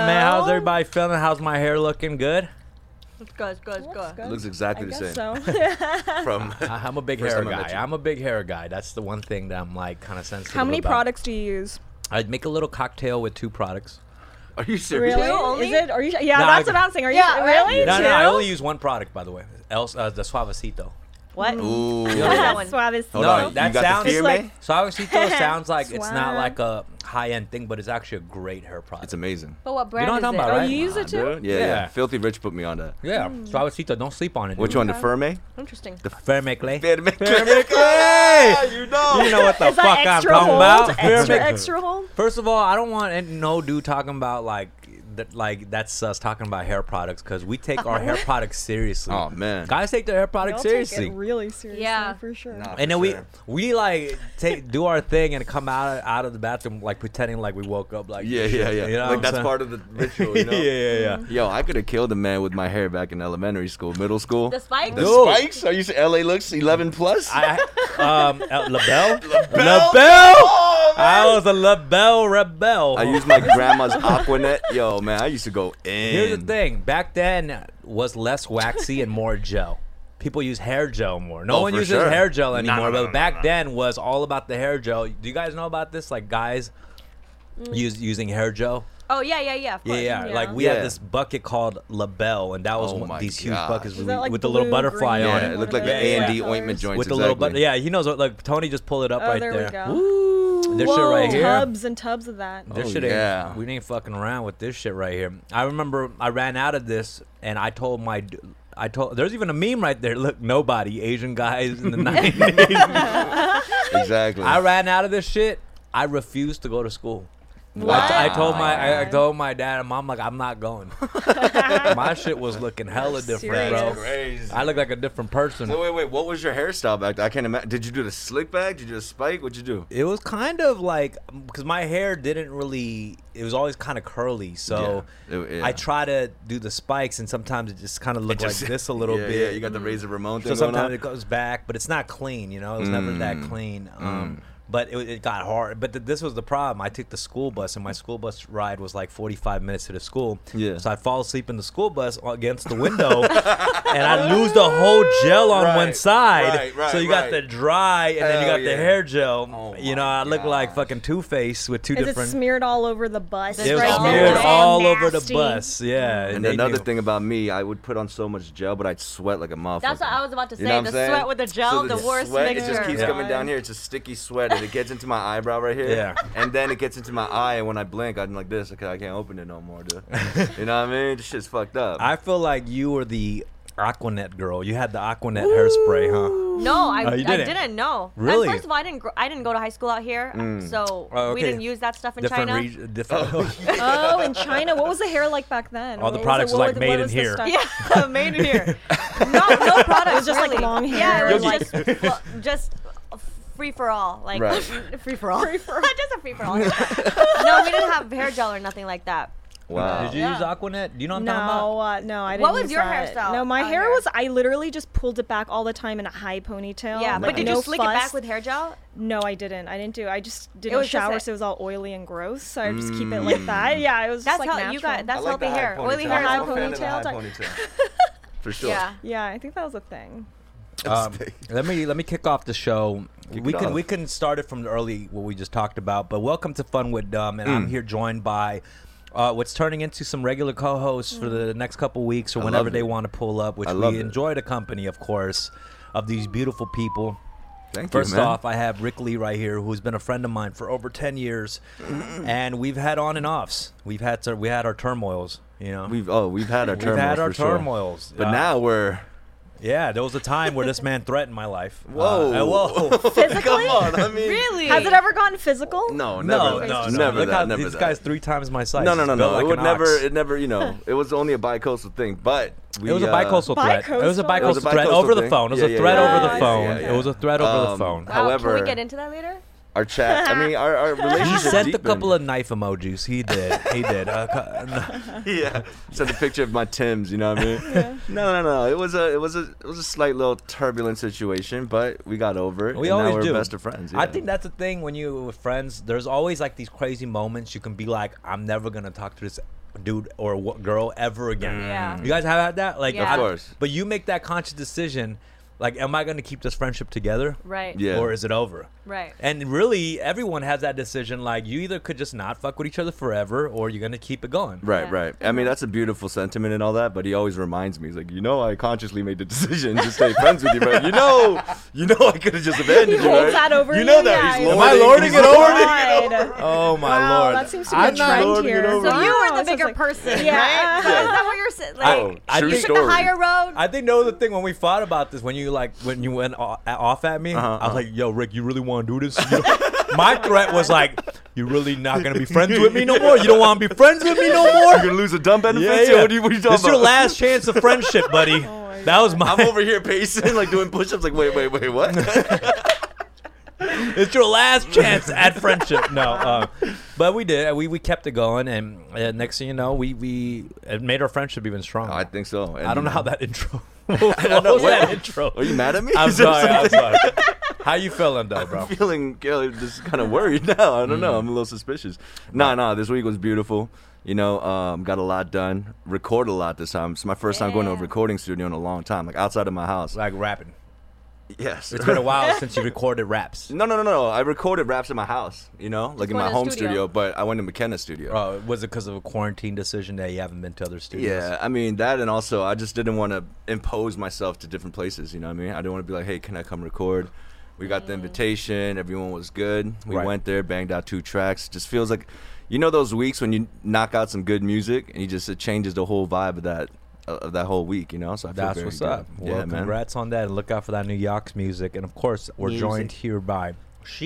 everybody feeling? How's my hair looking? Good. Let's go, let's go, let's go. Looks good. It looks exactly I the guess same. So. From I- I'm a big First hair time I met guy. you. I'm a big hair guy. That's the one thing that I'm like kind of sensitive. How many about. products do you use? I'd make a little cocktail with two products. Are you serious? Two only? Is it? Are you? sh- Yeah, No, that's I- what I'm saying. Are you Yeah, right? really? No, Two? no, I only use one product, by the way. Else, uh, the suavecito. What? Ooh. What's that That's one? suavecito. Hold No, on. that you got sounds- the fear, It's like- man? Suavecito sounds like it's not Suave. like a high end thing, but it's actually a great hair product. It's amazing. But what brand don't is know it? about Oh, right? you use it too? Dude, Yeah, yeah, Yeah. Filthy Rich put me on that. yeah, suavecito. Don't sleep on it. Which dude. one, the Ferme? Interesting. Vermicle. Ferme. you know. You know what the Is that fuck I'm extra talking hold? about? Extra, Vermicle. extra hold? First of all, I don't want any, no dude talking about like that. Like that's us talking about hair products because we take our hair products seriously. Oh, man. guys take their hair products Y'all seriously. Take it really seriously, Yeah. for sure. Nah. and then we Sure. we like take do our thing and come out out of the bathroom like pretending like we woke up like Yeah, yeah, yeah. You know like, that's part of the ritual, you know? yeah yeah yeah Yo, I could have killed a man with my hair back in elementary school, middle school. The spikes? The Dude. spikes? Are you s- LA looks 11 plus? I, I- um uh, labelle Bell? Oh, man. I was a labelle rebel I used my grandma's Aquanet. Yo, man, I used to go in. here's the thing back then uh, was less waxy and more gel people use hair gel more no Oh, one for uses sure. hair gel No, no, anymore no, but no, back no, no. then was all about the hair gel do you guys know about this like guys Mm. use using hair gel Oh, yeah, yeah, yeah. Of Yeah, course. yeah. Yeah. Like we Yeah. had this bucket called Labelle, and that was Oh one my of these huge God. buckets Is with, that like with the little blue, butterfly green, on Yeah, it it. One looked of like the those Andy colors. ointment joints. With the exactly. little but yeah, he knows what. Like Tony just pulled it up Oh, right there we go. Ooh, this shit right here. Tubs and tubs of that. This Oh, shit yeah. ain't. We ain't fucking around with this shit right here. I remember I ran out of this, and I told my. d- I told there's even a meme right there. Look, nobody Asian guys in the 90s. Exactly. I ran out of this shit. I refused to go to school. I, Wow. t- I told my I, I Wow. told my dad and mom like I'm not going. my shit was looking hella That's different, bro. serious. Crazy. I look like a different person. So wait, wait, what was your hairstyle back then? I can't imagine. Did you do the slick back? Did you do the spike? What'd you do? It was kind of like because my hair didn't really. It was always kind of curly, so Yeah. It- yeah. I try to do the spikes, and sometimes it just kind of looked Just- like this a little yeah, bit. Yeah, you got the Razor Ramon thing so going sometimes on. it goes back, but it's not clean. You know, it was never that Mm. clean. Um, But it, it got hard. But th- this was the problem. I took the school bus, and my school bus ride was like 45 minutes to the school. Yeah. So I fall asleep in the school bus against the window, and I lose the whole gel on one Right, side. right, right, so you got right. the dry, and then you Hell got yeah. the hair gel. Oh you know, my I look like gosh. fucking Two Face with two Is it different. smeared all over the bus? It it was right there? smeared Oh, all over the Nasty. bus. Yeah. and they another knew. thing about me, I would put on so much gel, but I'd sweat like a motherfucker. That's what I was about to say. You know what I'm the saying? sweat with the gel, So the, worst sweat, mixture. It just keeps Yeah. coming down here. It's a sticky sweat, and it gets into my eyebrow right here. Yeah. And then it gets into my eye, and when I blink, I'm like this. Okay, I can't open it no more, dude. you know what I mean? This shit's fucked up. I feel like you were the Aquanet girl. You had the Aquanet hairspray, huh? No, I, Oh, you I didn't? didn't know. Really? And first of all, I didn't gr- I didn't go to high school out here, Mm. so Oh, we okay. didn't use that stuff in different China. region, different. Oh, in China, what was the hair like back then? All What the was products what like was- made what in was the here. stuff? yeah, made in here. No, Oh, no product. It was just, like, long hair, Yeah, it was like- just fl- just free for all, like Right. free for all, free for all, just a free for all. no, we didn't have hair gel or nothing like that. wow. Did you use Aquanet? Do you know what I'm talking No, uh, no, I didn't. What was use your Oh, that. hairstyle No, my on hair there? was. I literally just pulled it back all the time in a high Oh, ponytail. Yeah, but Nice. did no you slick it fuss. back with hair gel? No, I didn't. I didn't do. I just did It not was just shower, a- so it was all oily and gross. So I just keep it like Mm. that. Yeah, it was That's just like how natural. you got. That's I like the healthy high hair. ponytail. Oily hair, I'm high a fan of the high ponytail. ponytail. For sure. Yeah. Yeah, I think that was a thing. about? Um, let me let me kick off the show. Kick we it can off. we can start it from the early what we just talked about. But welcome to Fun with Dumb, and Mm. I'm here joined by. Uh, what's turning into some regular co-hosts for the next couple weeks or I whenever love they it. want to pull up, which I love we it. enjoy the company, of course, of these beautiful people. Thank First you, man. off, I have Rick Lee right here, who's been a friend of mine for over ten years, and we've had on and offs. We've had to, we had our turmoils, you know. we've oh we've had our We've turmoils had our for sure. turmoils, But uh, now we're yeah, there was a time where this man threatened my life. Uh, whoa uh, whoa. Physically? Come on, I mean, Really? Has it ever gotten physical? No, No, never, no, no, never Look that, how never this that. guy's three times my size. No, no, no, no. He's built like it would an never, ox. it never, you know, it was only a bicoastal thing, but we, It was a uh, bicoastal threat. It was a Bicoastal? bicoastal, It was a threat bicoastal over the thing. phone. It was Yeah, a yeah, threat yeah, over yeah, the yeah, phone. yeah, yeah. It was a threat over the Um, phone. Wow, can However- we get into that later? Our chat. I mean, our, our He relationship. sent a deepened. couple of knife emojis. He did. He did. Uh, cu- no. yeah. Sent a picture of my Tim's. You know what I mean? No, no, no. It was a, it was a, it was a slight little turbulent situation, but we got over it. We and always now we're do. best of friends. I yeah. think that's the thing when you with friends. There's always like these crazy moments. You can be like, I'm never gonna talk to this dude or a wo- girl ever again. Yeah. You guys have had that? Like, Yeah. Of Mm. course. But you make that conscious decision. Like, am I going to keep this friendship together? Right. Yeah. Or is it over? Right. And really, everyone has that decision. Like, you either could just not fuck with each other forever, or you're gonna keep it going. Right, Yeah. right. I mean, that's a beautiful sentiment and all that, but he always reminds me. He's like, you know, I consciously made the decision to stay friends with you, right? You know, you know, I could have just abandoned you, holds right? that over you. you, know that. yeah, He's yeah. Am I lording- lording he's it over? God. Oh my Wow, lord! that seems to be a trend lording it here. over So you. you Wow, were the Oh, so it's bigger like- person, Yeah. right? Yeah. Is that what you're saying? Like, Oh, I true think- took the story. higher road. I think know the thing when we fought about this, when you like when you went o- off at me, Uh-huh, I was uh-huh. like, "Yo, Rick, you really want to do this?" You don't- my threat was like, "You're really not gonna be friends with me no more. You don't want to be friends with me no You're more." gonna lose a dumb benefit. Yeah, Yeah, yeah. What, are you, what are you talking This is about? your last chance of friendship, buddy. my that was my. I'm over here pacing, like doing push-ups. Like, wait, wait, wait, what? It's your last chance at friendship. No, uh, but we did. We we kept it going, and uh, next thing you know, we we it made our friendship even stronger. I think so. And, I don't you know how that intro. I don't know what was what- that intro? Are you mad at me? I'm Is there sorry. I'm something- sorry. How you feeling though, bro? Mm. I'm feeling uh, just kind of worried now. I don't know. I'm a little suspicious. Nah, nah. This week was beautiful. You know, um, got a lot done. Record a lot this time. It's my first time going to a Yeah. recording studio in a long time, like outside of my house. Like rapping. Yes, It's been a while since you recorded raps. No, no, no, no. I recorded raps in my house. You know, like in going my to home studio. studio. But I went to McKenna's studio. Uh, was it because of a quarantine decision that you haven't been to other studios? Yeah, I mean that, and also I just didn't want to impose myself to different places. You know what I mean? I didn't want to be like, hey, can I come record? We got the invitation. Everyone was good. We Mm. Right. went there, banged out two tracks. Just feels like, you know, those weeks when you knock out some good music, and you just it changes the whole vibe of that uh, of that whole week. You know, so I feel That's very what's good. up. Well, yeah, man. congrats on that, and look out for that new Yaks music. And of course, we're Music. joined here by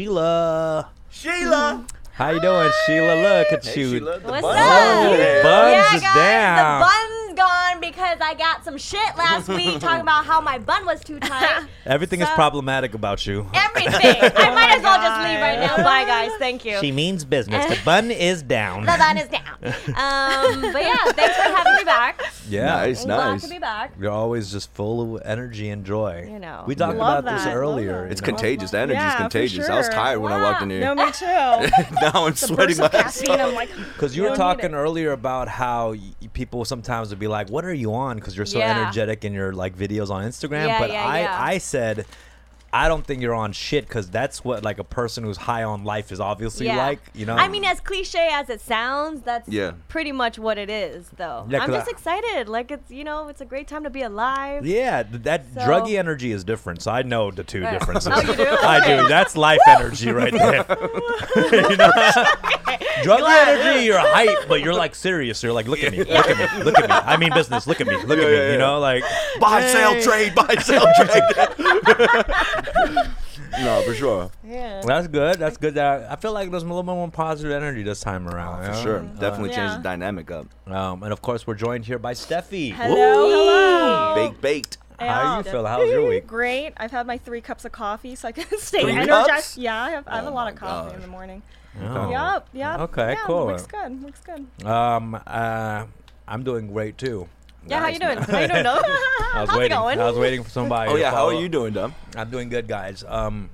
Sheila. Sheila, How you doing, Sheila? Look at you. What's bun. up? Oh, Yeah. buns yeah, is guys, down. the bun's gone because I got some shit last week talking about how my bun was too tight. Everything is So- problematic about you. Everything. I might as well just leave God. right now. Bye, guys. Thank you. means business. The bun is down. the bun is down. Um, but yeah, thanks for having me back. Yeah. Nice, Glad nice. to be back. You're always just full of energy and joy. You know. We talked Love about this that. earlier. Love that. It's you know? contagious. The energy's Yeah, for contagious. I was sure. tired when I walked in here. No, me too. now The I'm sweating burst my of ass caffeine. off. I'm like, Because you were don't need talking it. earlier about how y- people sometimes would be like, "What are you on?" Because you're so Yeah. energetic in your like videos on Instagram. Yeah, but yeah, I, yeah. I said, I don't think you're on shit because that's what like a person who's high on life is obviously like. You know. I mean, as cliche as it sounds, that's Yeah. pretty much what it is, though. Yeah, I'm 'cause just I- excited. Like it's you know, it's a great time to be alive. Yeah, th- that So- druggy energy is different. So I know the two Right. differences. Oh, you do? I do. Okay. That's life energy right there. you know? Druggy energy, you're hype, but you're like serious. You're like, look at me, look at me, look at me. I mean business. Look at me, look Yeah, at me. yeah, yeah. You know, like buy, sell, trade, buy, sell, trade. no, for sure. yeah. that's good. That's good. That I feel like there's a little bit more positive energy this time around. Oh, For you sure. know? Definitely Yeah. changed the dynamic up. Um, and of course, we're joined here by Steffi. Hello, hello. Baked, baked. How you feel? How was your week? Great. I've had my three cups of coffee, so I can stay Three energized. cups? Yeah, I have, I have Oh a lot my of coffee in gosh. the morning. Oh. Yep, yep. Okay, yeah, cool. Looks good. Looks good. Um, uh, I'm doing great too. Nice, Yeah, how you doing? nice. How you doing? though? I was How's waiting. it going? I was waiting for somebody. Oh to yeah, how are follow up. you doing, Dom? I'm doing good, guys. Um,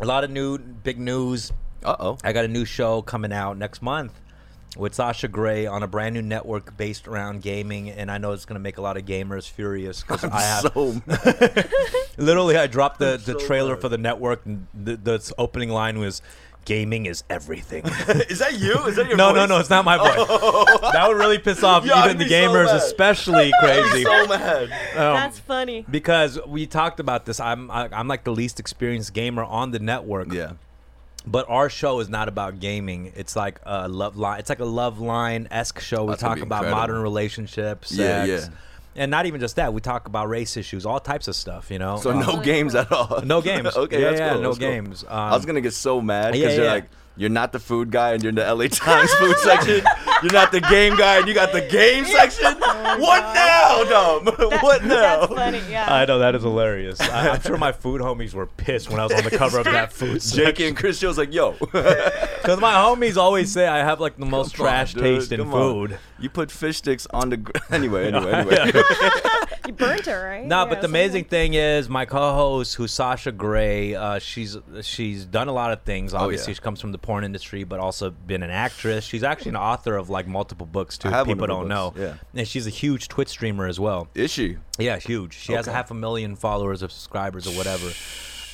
a lot of new big news. Uh oh. I got a new show coming out next month with Sasha Grey on a brand new network based around gaming, and I know it's going to make a lot of gamers furious because I have So literally I dropped the, the so trailer mad. for the network, and the, the opening line was. Gaming is everything. is that you? Is that your no, voice? Oh. no, no, it's not my voice. that would really piss off Yeah, I'd even the be so gamers, mad. especially crazy. So mad. Um, That's funny. because we talked about this. I'm I, I'm like the least experienced gamer on the network. Yeah. But our show is not about gaming. It's like a love line. It's like a love line esque show. We That's gonna talk be about incredible. modern relationships, Yeah, sex, yeah. and not even just that. We talk about race issues, all types of stuff. You know. So Um, no games at all. no games. okay, yeah, that's yeah, cool. no that's cool. games. Um, I was gonna get so mad because Yeah, you're yeah. like, you're not the food guy and you're in the LA Times food section. You're not the game guy and you got the game Oh section. what now, Dom? what now? That's funny. Yeah. I know that is hilarious. I, I'm sure my food homies were pissed when I was on the cover of that food. Jake and Chris Joe's like, yo, because my homies always say I have like the most Come on, trash dude, taste in come on. food. You put fish sticks on the gr- anyway, anyway, anyway. You burnt her, right? No, Yeah, Uh, but the someone- amazing thing is my co-host, who's Sasha Gray, uh, she's she's done a lot of things. Obviously, Oh, yeah. she comes from the porn industry, but also been an actress. She's actually an author of like multiple books too. I have one of People her don't know. books, yeah. and she's a huge Twitch streamer as well. Is she? Yeah, huge. She has Okay. half a million followers or subscribers or whatever.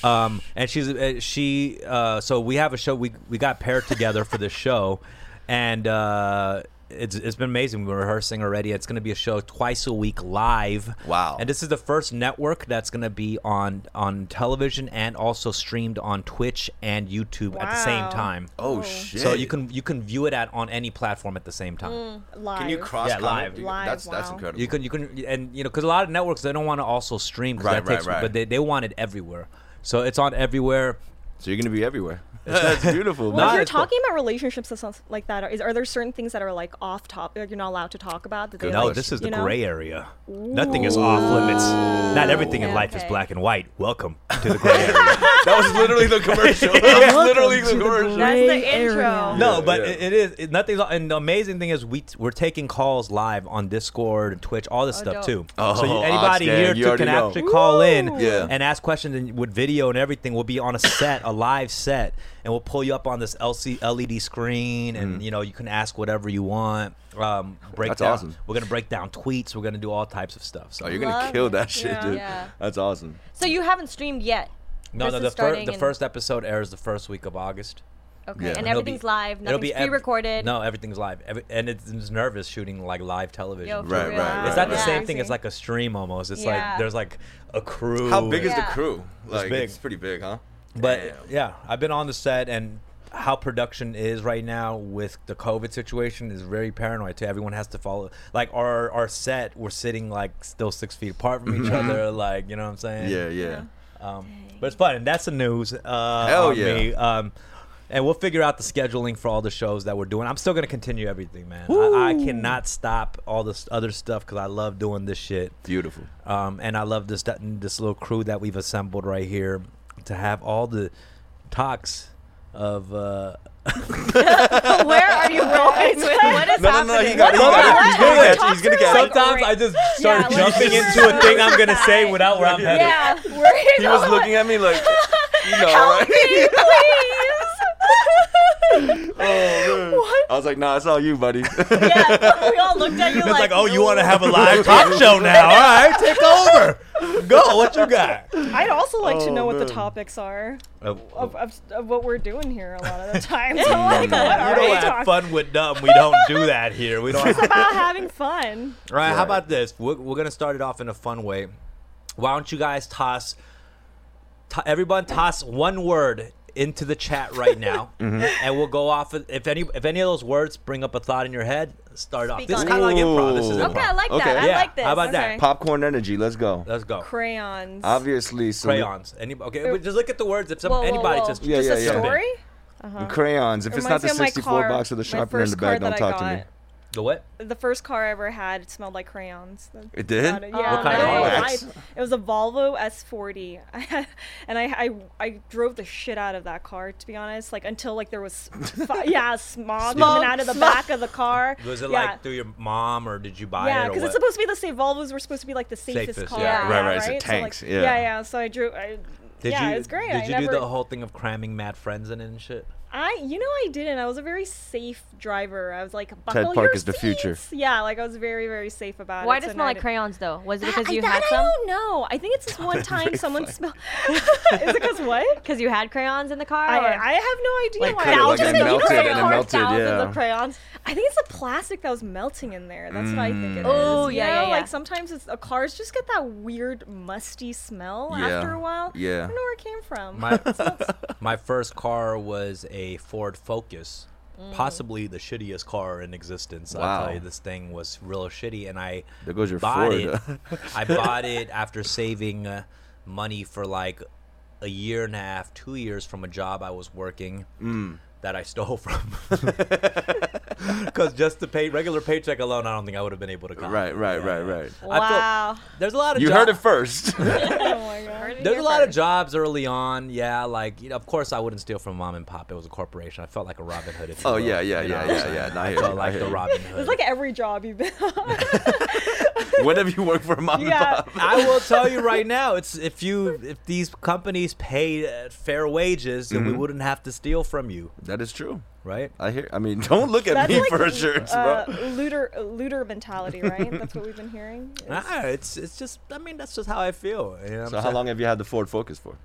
Um, and she's uh, she. Uh, so we have a show. We we got paired together for this show, and uh, it's it's been amazing. We've been rehearsing already. It's going to be a show twice a week live. Wow. And this is the first network that's going to be on on television and also streamed on Twitch and YouTube at the same Wow. time. Oh, shit. So you can you can view it at on any platform at the same time. Live. Can you cross Yeah, live. Live, That's that's wow. incredible. You can, you can, and you know, because a lot of networks they don't want to also stream, 'cause Right, that right, takes, right. but they, they want it everywhere. So it's on everywhere. so you're gonna be everywhere. that's beautiful. Well, Nah, if you're it's cool. talking about relationships and stuff like that, are, is, are there certain things that are like off topic, like you're not allowed to talk about? That they, Good No, like, this is the you know? gray area. Nothing is off limits. Not everything in Okay, life is okay. black and white. Welcome to the gray area. that was literally the commercial. that was literally the commercial. That's the Gray intro. area. no, Yeah, but yeah. It, it is it, nothing's. off- And the amazing thing is we t- we're taking calls live on Discord and Twitch, all this stuff dope. too. Oh, so you, anybody Oxfam, here you too already can know. actually call in Woo. Yeah. and ask questions and with video and everything. We'll be on a set, a live set, and we'll pull you up on this LC, LED E screen, and you know you can ask whatever you want. Um, break Mm. That's down- awesome. We're gonna break down tweets. We're gonna do all types of stuff. So Oh, you're gonna Love kill it. that shit, Yeah. dude. Yeah. That's awesome. So you haven't streamed yet. no, This no, is the, fir- starting the in- first episode airs the first week of August. Okay. Yeah. And It'll everything's be- live. It'll Nothing's be pre ev- recorded. No, everything's live, Every- and it's, it's nervous shooting like live television. Yo, for Right, real. right, It's right, not the right. same thing. It's like a stream almost. It's Yeah. like there's like a crew. How big is and- the Yeah. crew? Like big. it's pretty big, huh? But Damn. yeah, I've been on the set and how production is right now with the COVID situation is very paranoid too. Everyone has to follow. Like our our set, we're sitting like still six feet apart from each other. Like you know what I'm saying? Mm-hmm. yeah, yeah. Um, but it's fun. And that's the news. Uh, Hell on yeah. Me. Um, and we'll figure out the scheduling for all the shows that we're doing. I'm still gonna continue everything, man. I, I cannot stop all this other stuff because I love doing this shit. Beautiful. Um, and I love this this little crew that we've assembled right here to have all the talks of. Uh, Where are you going with What is No, no, happening? no. He got it. He What? got it. He's gonna What? catch it. He's gonna catch it. sometimes I just start like- jumping into a thing I'm gonna say without where I'm headed. Yeah. Where are you He was going? looking at me like, you know, right? Please. Oh, man. What? I was like, nah, it's all you, buddy. yeah. We all looked at you It's like, like, oh, you want to have a live talk show now? All right, take over. Go. What you got? I'd also like to Oh, know what the man. topics are Uh, of, of, of what we're doing here a lot of the time. So like, what we are we don't have talking fun with dumb. We don't do that here. We don't. All about? Having fun. right. How about this? We're, we're gonna start it off in a fun way. Why don't you guys toss? To, everyone toss one word into the chat right now, Mm-hmm. and we'll go off. of- If any, if any of those words bring up a thought in your head, start off. Speak This is on kind of like it. improv. This is Ooh. improv. Okay, I like Okay. that. Yeah, I like this. how about that? Okay. Popcorn energy. Let's go. Let's go. Crayons. Obviously, some Crayons. Any, okay, but just look at the words. If some, Whoa, whoa, anybody whoa. just Yeah, Just yeah, a yeah. story? crayons. If it's not Uh-huh. Reminds the me of my 64 car, box with the my sharpener in the first car bag, don't that I talk to me. got. the what? The first car I ever had it smelled like crayons. That's It did? about it. Yeah, What kind of no, car? I- it was a Volvo S40, and I, I I drove the shit out of that car to be honest. Like until like there was fi- yeah smog, Smog, coming out of the smog. back of the car. Was it yeah. like through your mom or did you buy yeah, it? or because what? it's supposed to be the same. Volvos were supposed to be like the safest, Safest, car. yeah. Right, right, it's the So, like, tanks, yeah. yeah, yeah. So I drew. I, yeah, it was great. Did I you never, do the whole thing of cramming mad friends in it and shit? I, you know, I didn't. I was a very safe driver. I was like, buckle Park your is the future. seats." Yeah, like I was very, very safe about Why it. does it so smell now I like didn't- crayons though? Was it because I, you that had I some? don't know. I think it's this one time very someone funny. smelled. is it because what? Because you had crayons in the car? I, or- I have no idea Like why. cut it I like just it think- you melted know, and it like, melted, thousands yeah. of crayons. I think it's the plastic that was melting in there. That's what I think Mm. it is. Oh, You yeah, know, yeah, yeah. Like sometimes it's, uh, cars just get that weird musty smell Yeah, after a while. yeah. I don't know where it came from. My my first car was a Ford Focus, possibly the shittiest car in existence. I'll Wow. tell you, this thing was real shitty, and I There goes your bought Ford. it. I bought it after saving uh, money for like a year and a half, two years from a job I was working. Mm. That I stole from, because just the pay regular paycheck alone, I don't think I would have been able to. Cop. Right, right, Yeah, right, yeah. right. I feel- Wow. There's a lot of You job- heard it first. oh my god. There's a lot of jobs early on, yeah. Like, you know, of course, I wouldn't steal from mom and pop. It was a corporation. I felt like a Robin Hood. If you Oh, will, yeah, yeah, you know yeah, what I'm yeah, saying? yeah. Nah, I I hear you, felt I like hear the you. Robin Hood. It's like every job you've been on. When have you worked for a mom Yeah. and pop? I will tell you right now, it's if you if these companies paid uh, fair wages, then Mm-hmm. we wouldn't have to steal from you, That is true. right? I hear. I mean, don't look at That's me like for assurance, uh, bro. looter looter mentality, right? That's what we've been hearing. It's- Nah, it's it's just I mean that's just how I feel. you know what I'm So how saying? long have you had the Ford Focus for?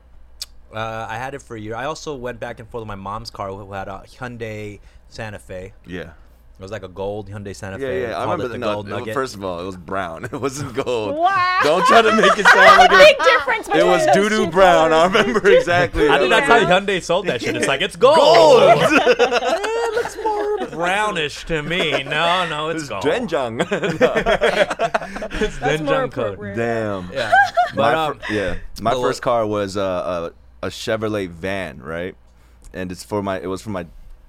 Uh, I had it for a year. I also went back and forth with my mom's car, who had a Hyundai Santa Fe. Yeah. It was like a gold Hyundai Santa Yeah, Fe. yeah, I Called it remember the the no, gold it was- nugget. First of all, it was brown. It wasn't gold. Wow. Don't try to make it sound like Big it, difference between it was those doo doo two brown. I colors. remember exactly. I think that's how Yeah. Hyundai sold that shit. It's like it's gold. gold. it looks more brownish to me. No, no, it's It's gold. Doenjang. It's That's more Doenjang code. appropriate. Damn. Yeah, my but um, fir- yeah, my but what- first car was uh, a, a Chevrolet van, right? And it's for my it was for my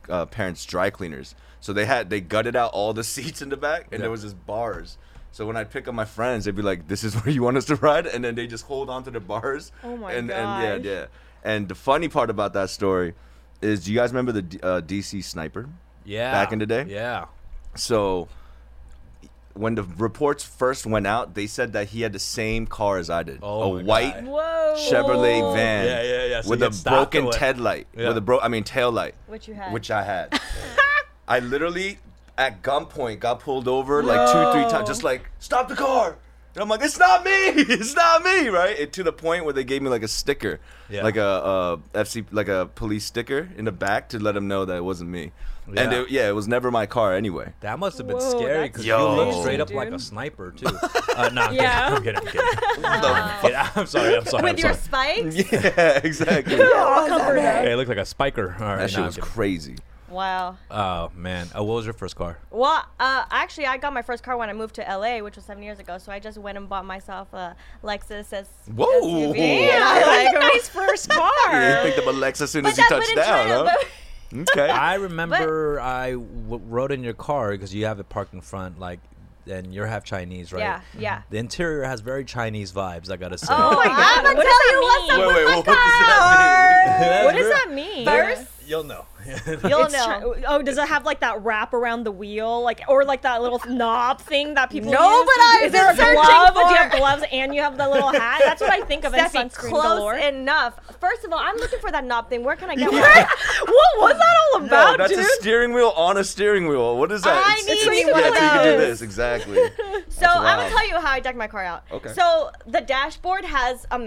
uh, parents' dry cleaners. So they had they gutted out all the seats in the back, and Yeah. there was just bars. So when I pick up my friends, they'd be like, "This is where you want us to ride," and then they just hold on to the bars. Oh my and, And gosh. yeah, yeah. And the funny part about that story is, do you guys remember the D- uh, DC sniper? yeah, back in the day? Yeah, So when the reports first went out, they said that he had the same car as I did. Oh my a God. white Whoa. Chevrolet van. Yeah, yeah, yeah. So with you a get stopped or broken what? head light. Yeah. With a bro I mean tail light. Which you had. Which I had. I literally at gunpoint got pulled over like two, three times, just like, stop the car. And I'm like, it's not me, it's not me, right? And to the point where they gave me like a sticker, Yeah. like a uh, FC, like a police sticker in the back to let them know that it wasn't me. And Yeah. it, yeah, it was never my car anyway. that must have been Whoa, scary that's because you look Yo. straight up amazing, like a dude. sniper too. Uh, no, I'm Yeah. kidding. I'm kidding. I'm kidding. What I'm, kidding. I'm sorry. I'm sorry. I'm With your sorry. spikes? the f- yeah, exactly. All covered up. Hey, it looked like a spiker. All right, That shit nah, was I'm kidding. crazy. Wow. Oh man. Oh, what was your first car? Well, uh, actually, I got my first car when I moved to LA, which was seven years ago. So I just went and bought myself a Lexus S. Whoa! SUV. Yeah, I That's like- a nice first he car. picked up a Lex as soon as but he that- but touched in down, China, huh? but- Okay. I remember I w- rode in your car because you have it parked in front, like, and you're half Chinese, right? Yeah, yeah. The interior has very Chinese vibes. I gotta say. Oh my God, god! I'm what gonna does tell that you what's mean? up Wait, wait, what with my does that car. That's What does real- that mean? First, You'll know. you'll It's know. tr- oh, does it have like that wrap around the wheel, like or like that little knob thing that people? No, use? but I've is there a been searching glove? Do you for- have gloves and you have the little hat? That's what I think of as Steffi, sunscreen close galore. enough. First of all, I'm looking for that knob thing. Where can I get one? what was that all No, about, that's dude? a steering wheel on a steering wheel. What is that? I It's- need it's- one yeah, of so you can do those. this exactly. So I'm wild. gonna tell you how I decked my car out. Okay. So the dashboard has a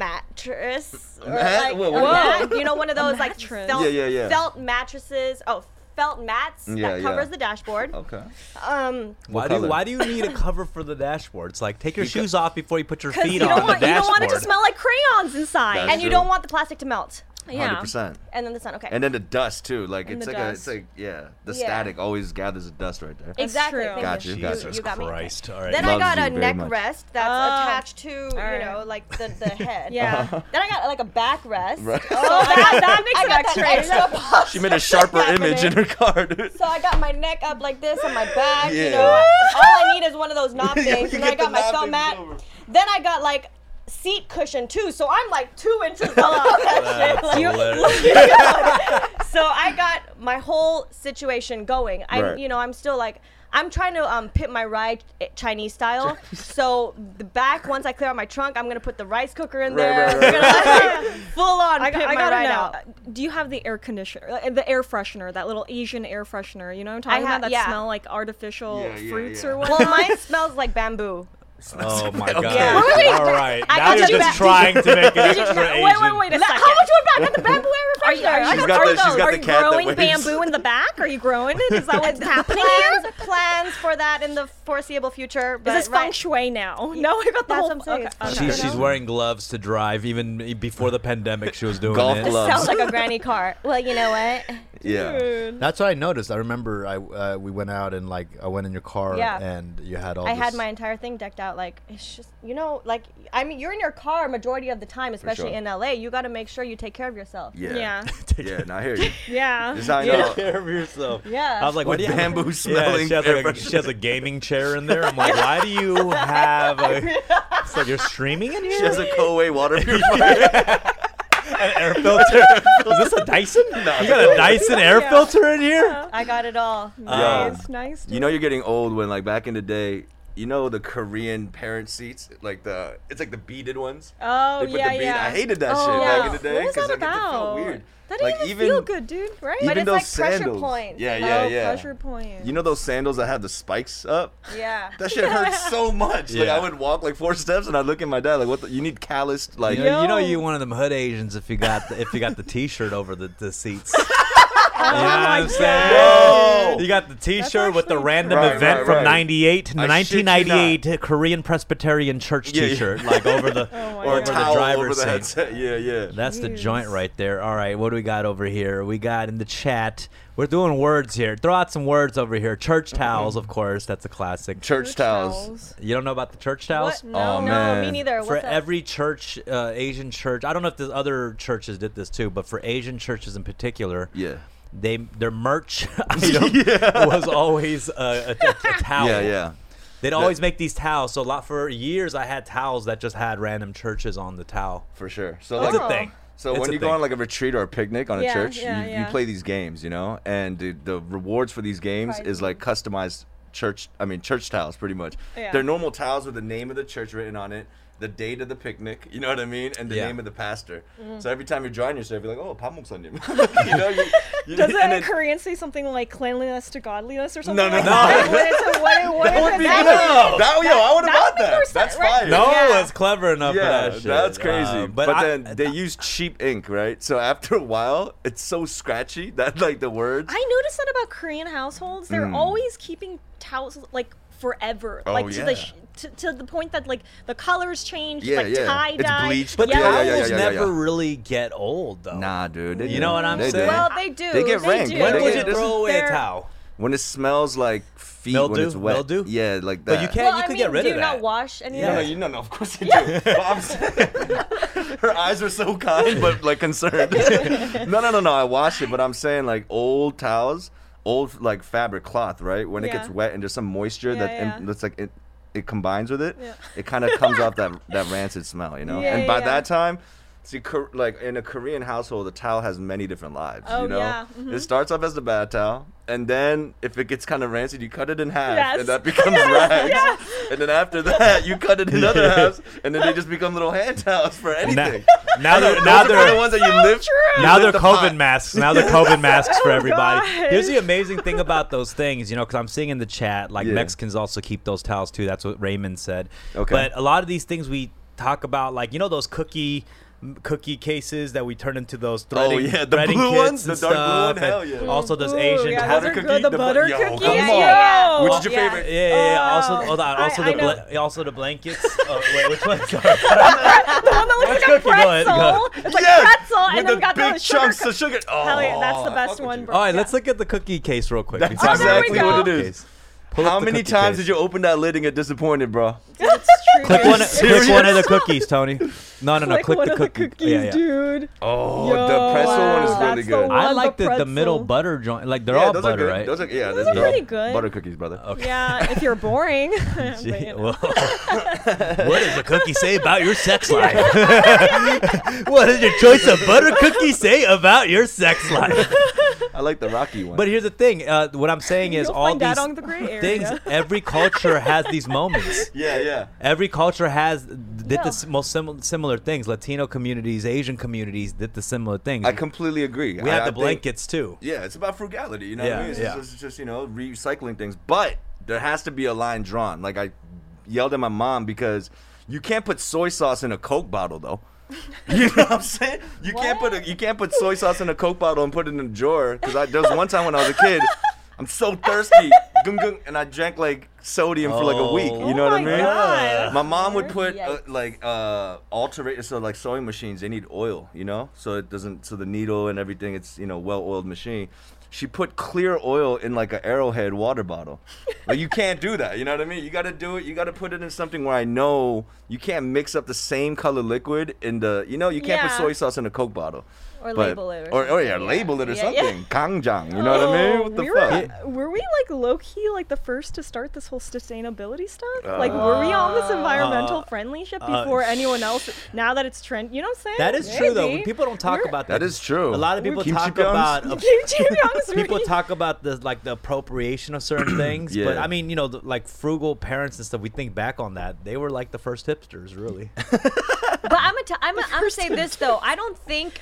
mattress. or mat? Like, Whoa, a what is that? mat, you know, one of those like mattress. felt, Yeah, yeah, yeah. felt mattresses. Oh, felt mats Yeah, that yeah. Oh. covers the dashboard. Okay. Um, What Why do, color? you, why do you need a cover for the dashboard? It's like take your Because- shoes off before you put your 'Cause feet you don't on want the you don't dashboard. want it to smell like crayons inside. That's and you true. don't want the plastic to melt. yeah. 100%. And then the sun. Okay. And then the dust too. Like it's the like a, it's dust. like yeah, the Yeah. static always gathers the dust right there. exactly. true. thank Got you, got Jesus you. got me. Christ! All right. Then Loves I you got a very neck much. rest that's Oh. attached to right. you know like the, the head. Yeah. Then I got like a back rest. Uh-huh. Right. So Oh, I that, got, that makes I an got that extra. extra posture. She made a sharper image in happening. her car, dude. So I got my neck up like this and my back, Yeah. you know. All I need is one of those knob Yeah, when things. you and I get the got my knob thumb things mat. over. Then I got like seat cushion too. So I'm like two inches below that That's shit. Like, hilarious. so I got my whole situation going. I, Right. am you know, I'm still like, I'm trying to um, pit my ride eh, Chinese style. so the back, once I clear out my trunk, I'm gonna put the rice cooker in there. right, We're gonna, like, full on I, pit got- I my gotta ride know. out. uh, Do you have the air conditioner, uh, the air freshener, that little Asian air freshener? You know what I'm talking I ha- about? That yeah. smell like artificial Yeah, yeah, fruits yeah. or Well, whatnot. mine smells like bamboo. Oh my God! Yeah. Wait, wait, wait. All right. Now I got you're you just back. trying to make it Wait, extra wait, wait, Asian. wait a How second. much would I got the bamboo air refreshener? I She's got got three the- of she's those. got Are the you cat that growing waves. bamboo in the back? Are you growing it? Is that what's happening here? plans, plans for that in the foreseeable future. Is But this feng right- shui now? No, I got the That's whole. what I'm saying, okay, it's feng okay. She, she's wearing gloves to drive. Even e, before the pandemic, she was doing Golf it. gloves. Sounds like a granny car. Well, you know what? Yeah. That's what I noticed. I remember I uh, we went out and like I went in your car Yeah. and you had all. I this- had my entire thing decked out. Like it's just, you know, like I mean, you're in your car majority of the time, especially sure. in LA. You got to make sure you take care of yourself. Yeah. Yeah. Yeah, now I hear you. Yeah. This is how I Take know. care of yourself. Yeah. I was like, With what do you bamboo smelling Yeah, she, air has like a, freshener. she has a gaming chair in there. I'm like, why do you have? a... It's like you're streaming in She here. has a Koei water purifier. An air filter. Is this a Dyson? you got a Dyson air Yeah. filter in here? I got it all. Yo. Nice, nice. You know you're getting old when like back in the day you know the Korean parent seats, like the it's like the beaded ones. Oh They put the yeah, bead- yeah. I hated that oh, shit yeah. back in the day What was 'cause, that like, it felt about? weird. That Like, didn't even, even- feel good, dude. Right? even but it's those like pressure sandals. points. Yeah, yeah, oh, yeah. pressure point. You know those sandals that have the spikes up? Yeah. That shit hurt so much. Like Yeah. I would walk like four steps and I'd look at my dad like, "What? The, you need calloused like." You know, you know Yo. you one of them hood Asians if you got the, if you got the T-shirt over the, the seats. you know what Oh I'm God. saying? You got the T-shirt with the actually random true. Right, event right, from right. '98 to I shit you not. 1998 Korean Presbyterian Church Yeah, yeah. T-shirt, like over the Oh my or over a God. the towel over driver's the seat. headset. Yeah, yeah. That's the joint Jeez. right there. All right, what do we got over here? We got in the chat. We're doing words here. Throw out some words over here. Church towels, of course. That's a classic. Church towels. You don't know about the church What? towels? No, Oh, no, me man. neither. What's for up? every church, uh, Asian church, I don't know if the other churches did this too, but for Asian churches in particular, Yeah. they their merch item was always uh, a, a, a towel. Yeah, yeah. They'd always make these towels. So a lot for years, I had towels that just had random churches on the towel. For sure. So It's like a thing. So It's when a you thing. go on like a retreat or a picnic on a Yeah, church, yeah, you, yeah. you play these games, you know, and the, the rewards for these games Prize is like customized church. I mean, church towels, pretty much. Yeah. They're normal towels with the name of the church written on it, the date of the picnic, you know what I mean, and the Yeah. name of the pastor. Mm-hmm. So every time you're drawing yourself, you're like, oh, Pamuksanjim. you know, you, you, Doesn't and a then- Korean say something like cleanliness to godliness or something? no, like no. That? What is it? What, what that is would be it? good. That- That, yo, I would have that would bought make that. more That's sense, right? fire. No Yeah. one's clever enough Yeah, for that shit. that's crazy. Uh, Um, but I- then they use cheap ink, right? So after a while, it's so scratchy that like the words. I noticed that about Korean households. They're Hmm. always keeping towels like forever, Oh, like to yeah. the sh- to, to the point that like the colors change, Yeah, like yeah. tie It's dye. bleached. But Yeah, yeah, towels yeah, yeah, yeah, yeah. never really get old, though. Nah, dude. they You do. know what I'm They do. saying? well, they do. They get ranked. do. When They would get- you this throw is away a their- towel? when it smells like feet when Mildew? it's wet. Mildew? Yeah, like that. But you can't. Well, you I could mean, get rid do of you that. not wash any Yeah. of No, it? no, you no, no, of course you do. But I'm saying- her eyes are so kind, but like concerned. no, no, no, no. I wash it, but I'm saying like old towels, old like fabric cloth, right? When it Yeah. gets wet and there's some moisture that Yeah, im- yeah. that's like it, it combines with it. Yeah. It kind of comes off that that rancid smell, you know. Yeah, and by yeah. that time. See, Kor- like in a Korean household, the towel has many different lives. Oh, you know, yeah, mhm. it starts off as the bath towel, and then if it gets kind of rancid, you cut it in half, Yes. and that becomes rags. And then after that, you cut it in other Yeah. halves, and then they just become little hand towels for Now, anything. now they're Those now are the they're ones that you lift. you now lift they're the COVID pot. masks. Now they're COVID masks Oh, for everybody. God. Here's the amazing thing about those things, you know, because I'm seeing in the chat, like Yeah. Mexicans also keep those towels too. That's what Raymond said. Okay. But a lot of these things we talk about, like you know, those cookie cookie cases that we turn into those threading, Oh, yeah, the threading blue kits ones, the and dark blue one, stuff, hell and yeah. Also those Ooh, Asian yeah, towels. those Powder are cookie, good. The the bu- butter yo, cookies. come on. Yeah. Which is your Yeah. favorite? Yeah, yeah, yeah. Also, Oh. hold on. I- Also I the know. bla- also the blankets. oh, wait, which one? Sorry. The one that looks like a cookie? Go ahead, go pretzel. It's like Yes! pretzel, and With then the we got big the sugar. chunks co- of sugar. Oh, Hell yeah, that's the I best fuck with one, you. bro. All right, Yeah. let's look at the cookie case real quick. That's We talked about exactly the what it cookie is. case. Pull How up the many cookie times case. did you open that lid and get disappointed, bro? It's true. Click one, click serious? one of the cookies, Tony. No, no, no. Like click one the of the cookie. cookies, yeah, yeah. dude. Oh, the pretzel one is wow. really That's the good. one. I Love like the the, the middle pretzel. butter joint. Like they're yeah, all those butter, are good. right? Those are yeah, Those those are they're all pretty good. Butter cookies, brother. okay. Yeah, if you're boring. But, you Gee, know. well, what does a cookie say about your sex life? what does your choice of butter cookie say about your sex life? I like the rocky one. But here's the thing. Uh, what I'm saying is You'll all find that these on the gray area. things. Every culture has these moments. yeah, yeah. Every culture has did the Yeah. s- most sim- similar things. Latino communities, Asian communities did the similar things. I completely agree. we I, have I the think- blankets too. Yeah, it's about frugality. You know what Yeah, I mean? It's, yeah. just, it's just, you know, recycling things. But there has to be a line drawn. Like, I yelled at my mom because you can't put soy sauce in a Coke bottle, though. You know what I'm saying? You can't put a, you can't put soy sauce in a Coke bottle and put it in a drawer. Because there was one time when I was a kid, I'm so thirsty, gung, gung, and I drank like sodium for like a week. Oh. You know what I Oh mean? my God. My mom would put uh, Yikes. like uh alterate so like sewing machines they need oil, you know? So it doesn't so the needle and everything it's you know well-oiled machine. She put clear oil in like an arrowhead water bottle. Like you can't do that, you know what I mean? You got to do it. You got to put it in something where I know you can't mix up the same color liquid in the you know, you can't Yeah. put soy sauce in a Coke bottle. Or But- label it or Or, or yeah, something, yeah. label it or Yeah, yeah. something. Kangjang, you know what I mean? Oh, What the we fuck? Were, were we like low key like the first to start this whole sustainability stuff? like, Uh, were we on this Uh, environmental friendly shit uh, before anyone else? Now that it's trend, you know what I'm saying? That is true though. Maybe. People don't talk We're- about that. That is true. A lot of people Kimchi talk gums? about. Kimchi Jong was people reading- talk about the like the appropriation of certain things, but Yeah. I mean, you know, the, like frugal parents and stuff. We think back on that; they were like the first hipsters, really. But I'm gonna t- I'm gonna, I'm gonna say this though. I don't think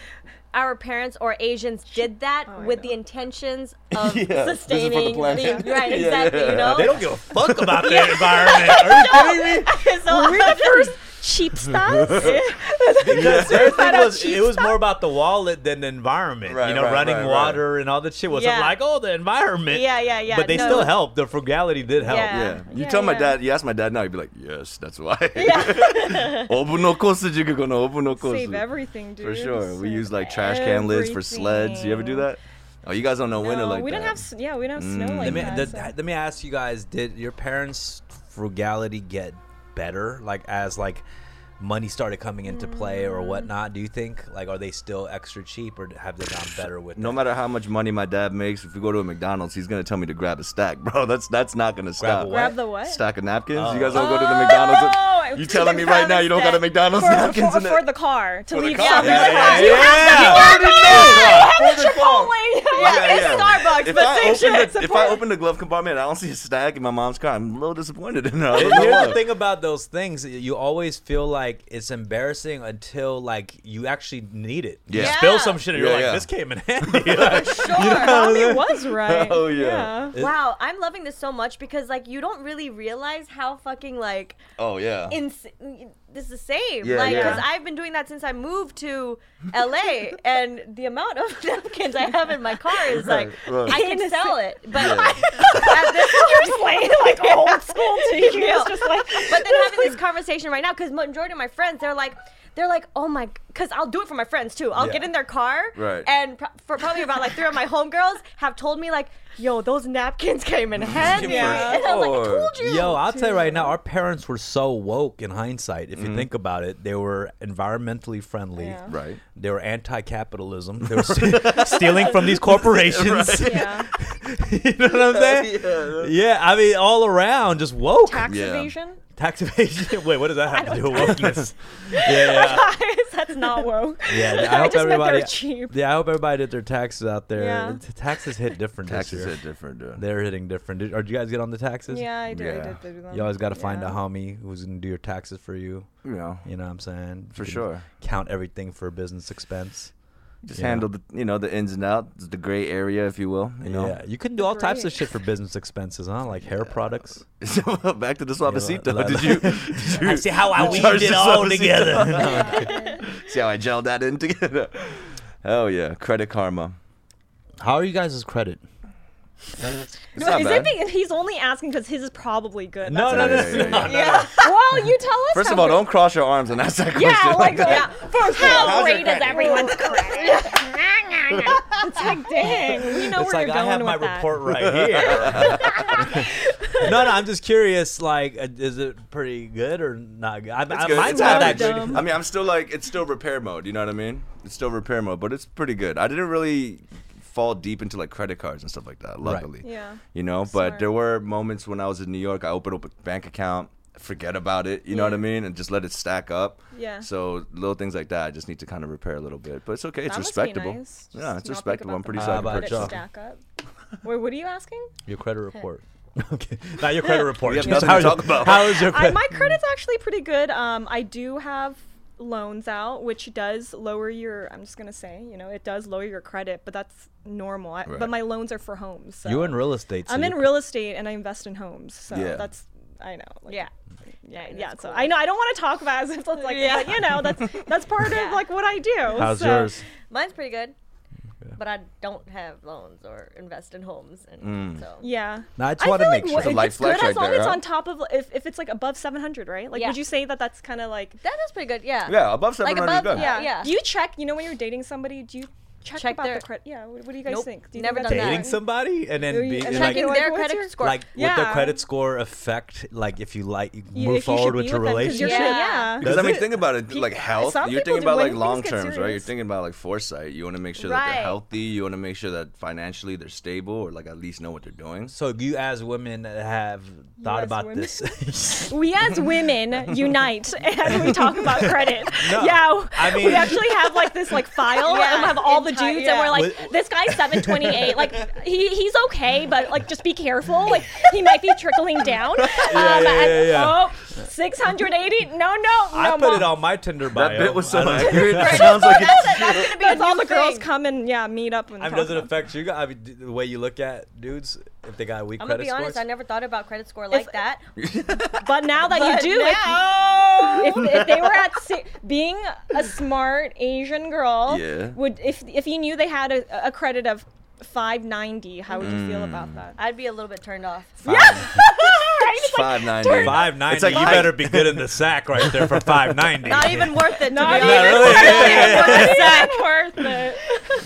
our parents or Asians did that Oh, I with know. the intentions of Yeah, this is for the sustaining. planet. the- right, Yeah, exactly. yeah, You yeah. know. they don't give a fuck about the environment. Are you kidding me? so Were we the first cheap stars? Because Yeah. their thing out was cheap it was more about the wallet than the environment. Right, you know, right, running right, right. water and all that shit wasn't Yeah. like oh the environment. Yeah, yeah, yeah. But they No. still helped. The frugality did help. Yeah. Yeah. You Yeah, tell my yeah. dad, you ask my dad now, he'd be like, yes, that's why. Yeah. Obu no kosu jiku kono, obu no kosu. Save everything, dude. For sure. We Save use like trash can lids for sleds. You ever do everything. that? Oh, you guys don't know No, winter like we that. don't have. s- Yeah, we don't have snow Mm. Let like me that. the, so- let me ask you guys: Did your parents' frugality get better, like as like money started coming into play Mm. or whatnot? Do you think like are they still extra cheap, or have they gotten better with no it? matter how much money my dad makes, if we go to a McDonald's, he's gonna tell me to grab a stack, bro. That's that's not gonna stop. what? Grab the what? Stack of napkins. Oh. You guys don't go to the McDonald's. Oh, you telling me right now you don't got a McDonald's for, napkins for, in for it? the car to For the leave. car. Yeah, Yeah, for the yeah, car. yeah, yeah. have a For the car. Chipotle. Yeah, Yeah, it's yeah. Starbucks, If but I, same open shit. the, if I open the glove compartment and I don't see a stack in my mom's car, I'm a little disappointed in her. I don't know Here's why. the thing about those things: you always feel like it's embarrassing until like you actually need it. You Yeah. spill some shit, and you're Yeah, like, yeah. "This came in handy." Like, sure. Mommy was right. Oh, yeah. Wow, I'm loving this so much because like you don't really realize how fucking like Oh yeah. ins- this is the same. Yeah, like, yeah. because I've been doing that since I moved to LA, and the amount of napkins I have in my car is like, Right, right. I can sell it. But Yeah. at this point, Playing like old school to you. It's just like, but then having this conversation right now, because majority of my friends, they're like, they're like, oh my, because I'll do it for my friends too. I'll Yeah. get in their car, Right. and pro- for probably about like three of my homegirls have told me like, yo, those napkins came in handy, Yeah. and I'm like, I Sure. told you. Yo, I'll tell you right now, our parents were so woke in hindsight. If Mm-hmm. you think about it, they were environmentally friendly. Yeah. right. They were anti-capitalism. They were ste- stealing from these corporations. yeah. you know what I'm saying? Yeah. Yeah, I mean, all around, just woke. Tax Yeah. evasion? Tax evasion. Wait, what does that have to do with wokeness? yeah, That's not woke. yeah, yeah. I hope just meant everybody. they're cheap. Yeah, I hope everybody did their taxes out there. Yeah. T- Taxes hit different Taxes this year. are different, dude. They're hitting different. Did, are you guys get on the taxes? Yeah, I did. I Yeah. did do that. You always got to find Yeah. a homie who's gonna do your taxes for you. You know, You know what I'm saying? You for can sure. Count everything for a business expense. Just Yeah. handle the you know the ins and outs, the gray area, if you will. You know. Yeah, you can do all types of Great. shit for business expenses, huh? Like hair products. Back to the suavecito. la- did, you, did you? I see how I you weaved charged it the all suavecito? together. see how I gelled that in together. Hell yeah, credit karma. how are you guys' credit? It's No, not is bad. it being, he's only asking because his is probably good. No, That's no, Yeah, no, yeah, yeah, yeah. no, no, no. Yeah. well, you tell us. First how of all, good- don't cross your arms and ask that question. Yeah, like, that. yeah. First of how's all, how your great is credit? everyone's credit? it's like, dang, we know It's like where you're I Oh, going have with my that. report right here. no, no, I'm just curious. Like, uh, is it pretty good or not? Good? I, It's I, good. mine's It's not that average. good. dumb. I mean, I'm still like it's still repair mode. You know what I mean? It's still repair mode, but it's pretty good. I didn't really fall deep into like credit cards and stuff like that. Luckily, Yeah. you know. But Smart. there were moments when I was in New York. I opened up a bank account, forget about it. You know what I Yeah. mean? And just let it stack up. Yeah. So little things like that, I just need to kind of repair a little bit. But it's okay. It's That must be respectable. nice. Just Yeah, it's not think respectable. about I'm the pretty How psyched. about for it. Did it Job. stack up? Wait, what are you asking? Your credit report. okay, not your credit report. We have So nothing how to is- talk about. How is your I, credit? my credit's actually pretty good. Um, I do have loans out, which does lower your. I'm just gonna say, you know, it does lower your credit, but that's normal. I, Right. But my loans are for homes. So. You're in real estate. so I'm in your- real estate and I invest in homes, so Yeah. that's. I know. like, Yeah. Yeah. that's yeah. So cool. I know. I don't want to talk about it as if it's like. Yeah. But, you know, that's that's part of like what I do. How's so- yours? Mine's pretty good. But I don't have loans or invest in homes, and Mm. so Yeah. No, I just I want feel to like make sure. what- It's a light it's good flex as right long there, as huh? on top of if, if it's like above 700, right? Like, Yeah. would you say that that's kind of like that is pretty good. Yeah. Yeah, above seven Like hundred above- is good. yeah. Do you check? You know, when you're dating somebody, do you check, Check about their- the credit? Yeah. What, what do you guys Nope, think? Do you never think done that's that. dating important? somebody and then Or you- be and like, Checking like, their what's credit your- score. like would their Yeah. credit score affect like if you like you You- move if you should forward be with your them, 'cause relationship? You're, Yeah. yeah. Because I mean, Does it? think about it, like health. some You're people thinking do, about when like things long get terms, right? You're serious. thinking about like foresight. You want to make sure that Right. they're healthy. You want to make sure that financially they're stable, or like at least know what they're doing. So you as women have thought as about women. this. We as women unite and we talk about credit. No, yeah, I mean- we actually have like this like file Yeah, and have all the the Jews, Hi- and we're yeah. like, Wait- this guy's 728. like, he, he's okay, but like, just be careful. Like, he might be trickling down. Yeah, um, yeah, and, yeah, yeah. Oh, 680? No, no, no. I put mom. it on my Tinder bio. That bit was so I don't- accurate. It sounds like it's true. It'd be a That's all new the girls thing. come and yeah, meet up and I mean, talk does it about. affect you guys? I mean, d- the way you look at dudes, if they got weak I'm gonna credit be honest. I scores. never thought about credit score like that. But now that But you do, if- now- if, if they were at si- being a smart Asian girl, Yeah. would if if you knew they had a, a credit of 590, how would you feel Mm. about that? I'd be a little bit turned off. It's five ninety. Five ninety. It's like you height. better be good in the sack right there for five ninety. Not even worth it. To Not be Yeah, honest. really? Yeah, yeah, yeah. It's not worth it.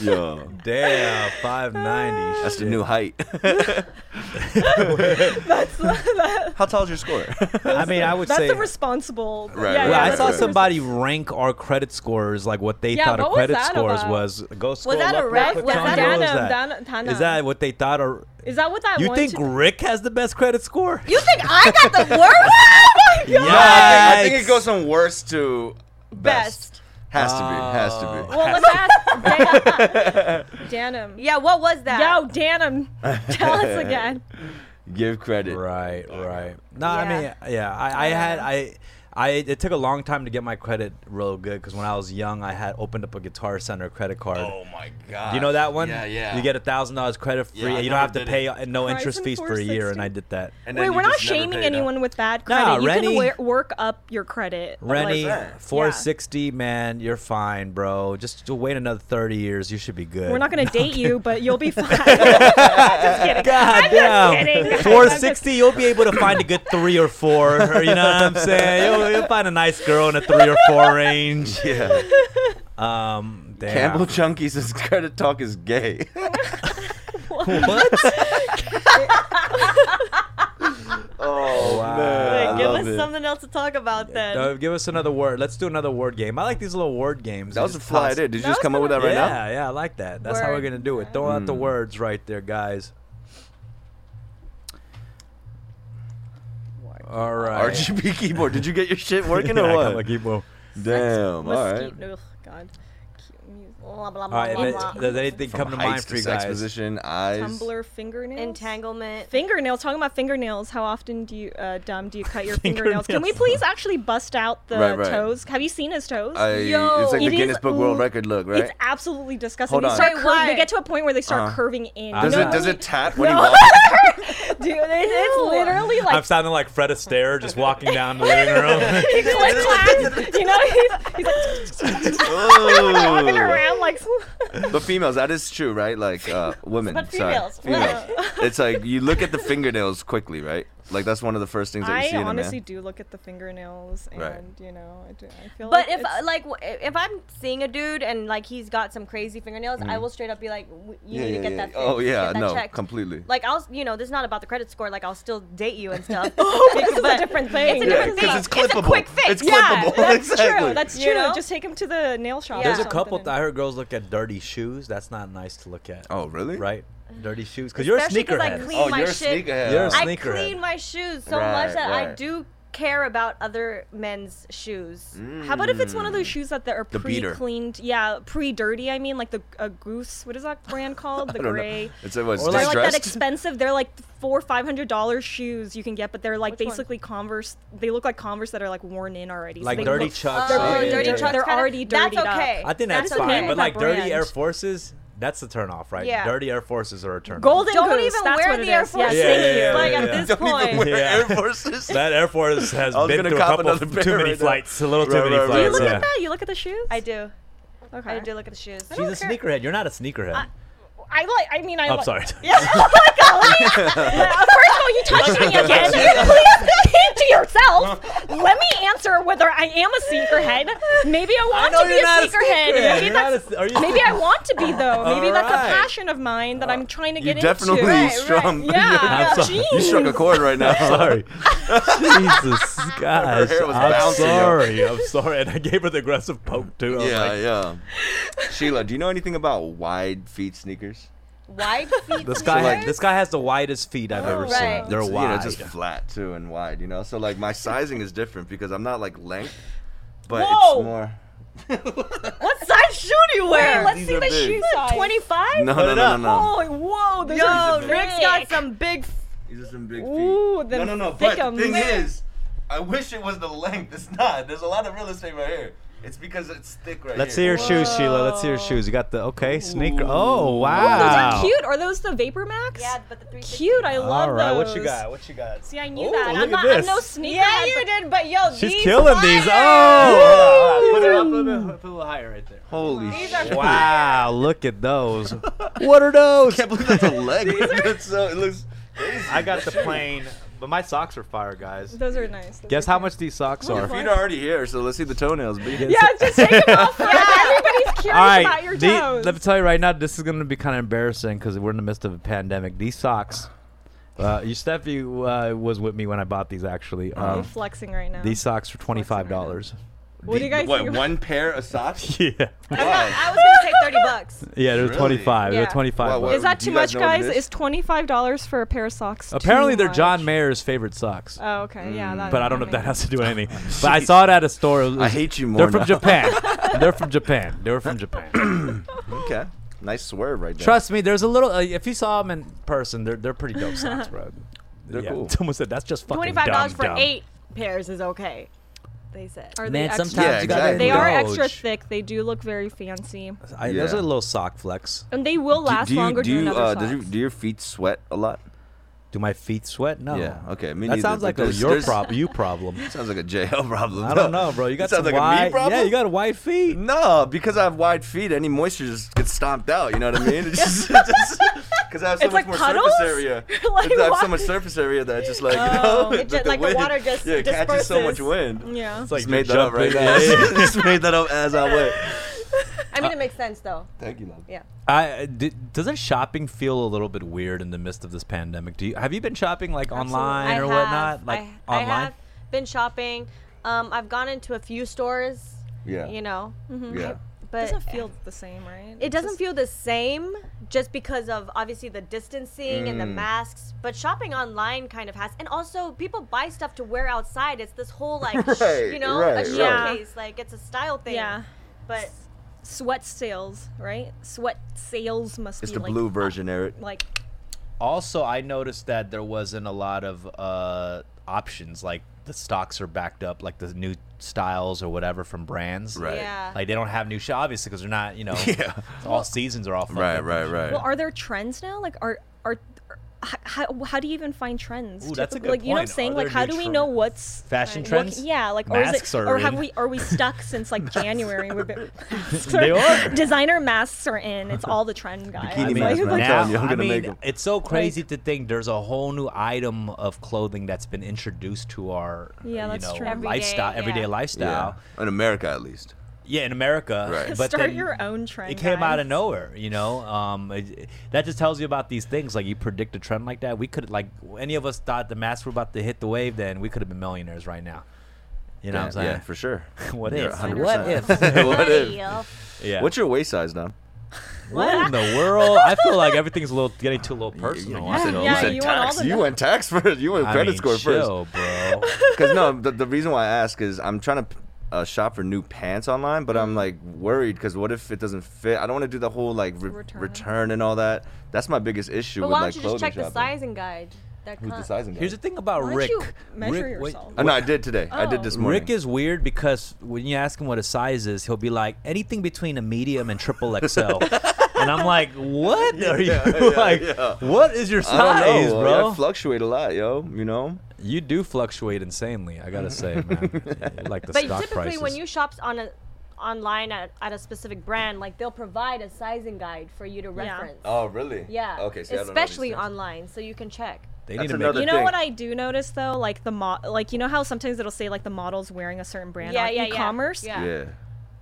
Yo, Damn, five ninety. that's the new height. How tall is your score? I mean, I would That's say. a responsible. Right, yeah, right, well, yeah, right, I that's saw a right. somebody rank our credit scores, like what they Yeah, thought what our was credit that scores about? was. Go scroll that a up real rank? quick, Was Tanya, that what was Dana- that? Dana- Dana. Is that what they thought? Or Is that what that you one think should- Rick has the best credit score? You think I got the worst? Oh my No, God. I, think, I think Yikes. it goes from worst to best. Best. Has to be. Has to be. Ah. Well, let's ask Dan- Danum. Yeah. What was that? Yo, Danum, tell us again. Give credit. Right, right. No, Yeah. I mean, yeah, I, I had I. I, it took a long time to get my credit real good because when I was young, I had opened up a Guitar Center credit card. Oh my god. Do you know that one? Yeah, yeah. You get a thousand dollars credit free. Yeah, I and you don't never have to did pay it. uh, no Horizon interest fees for a year, and I 460. did that. And then Wait, you we're not just never shaming paid up. anyone with bad Nah, credit. you Rennie- can wor- work up your credit. but, Rennie, like, that? four sixty, man, you're fine, bro. Just, just wait another thirty years, you should be good. we're not gonna date you, but you'll be fine. just kidding. God I'm just damn. kidding. Four sixty, you'll be able to find a good three or four. or, You know what I'm saying? You'll, you'll find a nice girl in a three or four range. Yeah. Um, damn. Campbell Chunky says credit talk is gay. what? oh Wow. man, Wait, I Give love us it. something else to talk about then. Uh, give us another word. Let's do another word game. I like these little word games. That You was a just fly toss- idea. Did you That just was come up with that right now? Hmm. yeah, yeah, I like that. That's how we're Word. gonna do it. Throw out the words right there, guys. All right. RGB keyboard. Did you get your shit working Yeah, I or got what? my keyboard. Damn. All right. Mesquite- Ugh, God. Cute music. Blah, blah, All blah, right. blah, th- blah. Does anything come to mind heights for you sex guys? position, eyes. Tumblr fingernails. Entanglement. Fingernails. Talking about fingernails. How often do you, uh, dumb, do you cut your Fingernails. fingernails? Can we please actually bust out the Right, right. toes? Have you seen his toes? I, Yo, it's like the it is- Guinness Book World ooh, Record look, right? It's absolutely disgusting. Hold They on. start Wait, cur- why? They get to a point where they start Uh. curving in. Does Does You know it No. does when it tap when No. he walks? you- Dude, it- it's Ew. literally I'm like sounding like Fred Astaire just walking down the living room. click clack. You know, he's, he's like Oh. walking around like. But females, that is true, right? Like uh, women. But sorry. females, it's like you look at the fingernails quickly, right? Like that's one of the first things that you I see in a honestly man. do look at the fingernails, and Right. you know, I, do, I feel. like But if it's- uh, like w- if I'm seeing a dude and like he's got some crazy fingernails, I will straight up be like, "W- you need to get that. Oh fixed, Mm-hmm. yeah, get that no, checked." completely. Like I'll, you know, this is not about the credit score. Like I'll still date you and stuff. Oh, this is a but- different thing. it's a different because thing. it's It's clippable. a quick fix. It's yeah, clippable. that's exactly. true. That's You true. know? Just take him to the nail shop. There's a Yeah. couple. that I heard girls look at dirty shoes. That's not nice to look at. oh really? Right? Dirty shoes. Because you're a Especially 'cause I sneakerhead. clean- Oh, my you're a shit. sneakerhead. You're a huh? I sneakerhead. clean my shoes so Right, much that I right. do care about other men's shoes. How about if it's one of Mm. those shoes that that are The beater. pre-cleaned? Yeah, pre-dirty. I mean, like the a goose. What is that brand called? The I don't know. gray. It's like, what, Or it's They're like that distressed? expensive. They're like four, five hundred dollar shoes you can get, but they're like Which one? basically Converse. They look like Converse that are like worn in already. so Like they dirty look- chucks. Oh, or pretty something. dirty dirty. chucks. They're kinda- already That's dirtied up. okay. I think that's, That's okay fine. with But my like dirty brand. Air Forces, that's a turn off, right? Yeah. Dirty Air Forces are a turn off. Golden Don't Goose. even that's wear what it the Air is. Yes, Forces. thank Yeah, you. yeah, like yeah, at yeah. this Don't even point. wear Yeah. Air Forces. That Air Force has I was been gonna through a cop couple another too pair many right now. flights, a little too Right, many right, right, flights. You look yeah. at that. You look at the shoes. I do. Okay. I do look at the shoes. She's a sneakerhead. You're not a sneakerhead. I, I like. I mean, I. am like, sorry. Oh Uh, first of all, you touched me again. Please keep to yourself. Let me answer whether I am a sneakerhead. Maybe I I want know to be you're a not a sneakerhead. sneakerhead. Maybe You're not that's. a- are you- maybe I want to be though. Maybe that's Alright. a passion of mine that I'm trying to You get definitely into. Right, strung. right. Yeah. I'm sorry. You struck a chord right now. sorry. Jesus, gosh. hair was I'm bouncing, yo. sorry. I'm sorry. And I gave her the aggressive poke, too. I Oh was Yeah, like, yeah. Sheila, do you know anything about wide feet sneakers? Wide feet. This guy, like- had, this guy has the widest feet I've Oh, ever Right. seen. They're So, wide. You know, just flat too and wide. You know, so like my sizing is different because I'm not like length, but Whoa! it's more. What size shoe do you wear? Wait, let's These see are the big. shoe size. 25? No, Put no, no, it no, up. no. Oh, whoa. There's Yo, Yo, Rick's got Rick. some big. f- These are some big feet. Ooh, no, them no, no. But the thickums. thing Where? is, I wish it was the length. It's not. There's a lot of real estate right here. It's because it's thick right Let's see here. your shoes, Sheila. Let's see your shoes. You got the okay sneaker. Oh wow. Those are cute. Are those the Vapor Max? Yeah, but the three. Cute. I love All right, those. what you got? What you got? See, I knew Oh. Ooh, that. look I'm, at not, this. I'm no sneaker. Yeah, you did, but yo, She's these killing these. Oh, put it up, put it up, put it a little higher right there. Holy These are- shit! Wow, look at those. What are those? I can't believe that's a leg. That's so- it looks crazy. I got the plane, but my socks are fire, guys. Those are nice. Those Guess are how much these socks Your are? feet are already here, so let's see the toenails. B. Yeah, just take them off. first. Everybody's curious All right, about your the- toes. let me tell you right now, this is going to be kind of embarrassing because we're in the midst of a pandemic. These socks, uh, your Steffi uh, was with me when I bought these. Actually, Oh. nice. I'm um, flexing right now. these socks were twenty five dollars. what do you guys What? think? One pair of socks? Yeah, I'm not- Why? I was gonna take 30 bucks. yeah, they were Really? twenty five. They were Yeah. twenty five. Wow, bucks. Is that Do you too guys much, know what it guys? is? Is twenty-five dollars for a pair of socks? too Apparently, they're John much? Mayer's favorite socks. Oh, okay, yeah. That, Mm. but I don't know if that makes sense. has to do with anything. but I saw it at a store. It was- Oh, I hate you more. They're from now. Japan. they're from Japan. They were from Japan. Okay. Nice swerve right there. Trust me, there's a little. Uh, if you saw them in person, they're they're pretty dope socks, bro. They're yeah. cool. Someone said that's just fucking Twenty-five dollars dumb, for dumb." eight pairs is okay. They said. Are Man, they extra- sometimes Yeah, you gotta exactly. They are extra indulge. thick. They do look very fancy, I, There's a Yeah. little sock flex. and they will last do, do you, longer do than you, other uh, socks. does you- do your feet sweat a lot? Do my feet sweat? No. Yeah, okay, me that neither, sounds but like a there's- your there's- problem. You problem. Sounds like a JL problem. I don't know, bro. You got sounds some like wide. a me problem. Yeah, you got wide feet. No, because I have wide feet, any moisture just gets stomped out. You know what I mean? It's just because I have so much It's like more puddles? surface area. Like It's- I have so what? much surface area that I just like Oh, you know, it ju- that like the wind- water just yeah, it catches so much disperses. Mm, wind. yeah, It's like Just you're made that up jumping. right now. just made that up as I went. I mean it makes sense though. Thank you, love. Yeah. I, d- doesn't shopping feel a little bit weird in the midst of this pandemic? Do you have you been shopping like online Absolutely. or I have- whatnot? Like I, online. I have been shopping. Um, I've gone into a few stores. Yeah. You know, yeah. It but doesn't feel the same, right? it doesn't feel the same just because of obviously the distancing and the masks but shopping online kind of has and also people buy stuff to wear outside it's this whole like sh- Right, you know right, a right. showcase like it's a style thing Yeah. but Sweat sales, right? Sweat sales must It's be the like, blue version, Eric. Like Also, I noticed that there wasn't a lot of uh, options. Like the stocks are backed up, like the new styles or whatever from brands. Right. yeah Like they don't have new show obviously because they're not. You know, Yeah. all seasons are all fucked Right, up. right, right. Well, are there trends now? Like, are are h- how, how do you even find trends? Ooh, that's a typically? good like, You know what I'm point. saying? Are like, there how new do we know trends? what's Fashion work- trends? yeah, like, or Masks is it, are or have in. we are we stuck since like January? We've been masks are- They are. designer masks are in. It's all the trend, guys. Bikini I mean, masks, Like, man. I'm now- telling you, I'm I gonna mean, make 'em. it's so crazy to think there's a whole new item of clothing that's been introduced to our Yeah, you that's know, true. Everyday, lifestyle, everyday yeah. lifestyle. Yeah. In America, at least. Yeah, in America, Right. but start then your own trend. It came guys. out of nowhere, you know. Um, it- that just tells you about these things. Like you predict a trend like that, we could like any of us thought the masks were about to hit the wave, then we could have been millionaires right now. You know yeah, what I'm saying? yeah, for sure. What Yeah, if? 100%. What if? what if? yeah. What's your waist size now? what in the world? I feel like everything's a little getting too a little You, personal. you I said, feel you yeah, like. said you want all tax. the- you went tax first. You went I credit mean, score first. chill, bro. Because no, the, the reason why I ask is I'm trying to uh, shop for new pants online, but Mm-hmm. I'm like worried because what if it doesn't fit? I don't want to do the whole like re- Return. return and all that. That's my biggest issue but with why like don't you just clothing check the shopping. sizing guide that Who's the con- sizing? Here's the guide? thing about Why don't Rick. you measure Rick, wait- yourself? Uh, no, I did today. I did Oh. this morning. Rick is weird because when you ask him what his size is, he'll be like anything between a medium and triple XL. and I'm like, what are you Yeah, yeah, like? yeah. What is your I size, don't know, bro? I fluctuate a lot, yo. You know. you do fluctuate insanely. I gotta say, man. like the but stock typically prices. when you shop on a online at, at a specific brand like they'll provide a sizing guide for you to reference Oh, really? yeah Okay. See, especially I don't know these things. online so you can check they That's need to another make You know what thing. I do notice though, like the mo- like you know how sometimes it'll say like the model's wearing a certain brand Yeah, on yeah, yeah. e-commerce. Yeah. Yeah.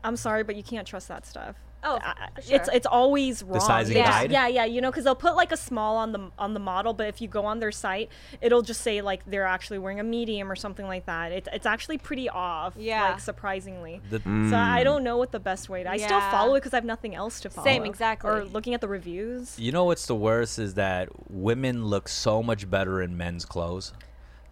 I'm sorry, but you can't trust that stuff. oh I- for It's it's always wrong. sizing They guide? Just, yeah, yeah. You know, because they'll put like a small on the on the model, but if you go on their site, it'll just say like they're actually wearing a medium or something like that. It's it's actually pretty off. Yeah. Like surprisingly. the, Hmm. So I don't know what the best way. to I still Yeah. follow it because I have nothing else to follow. Same, exactly. Or looking at the reviews. You know what's the worst is that women look so much better in men's clothes.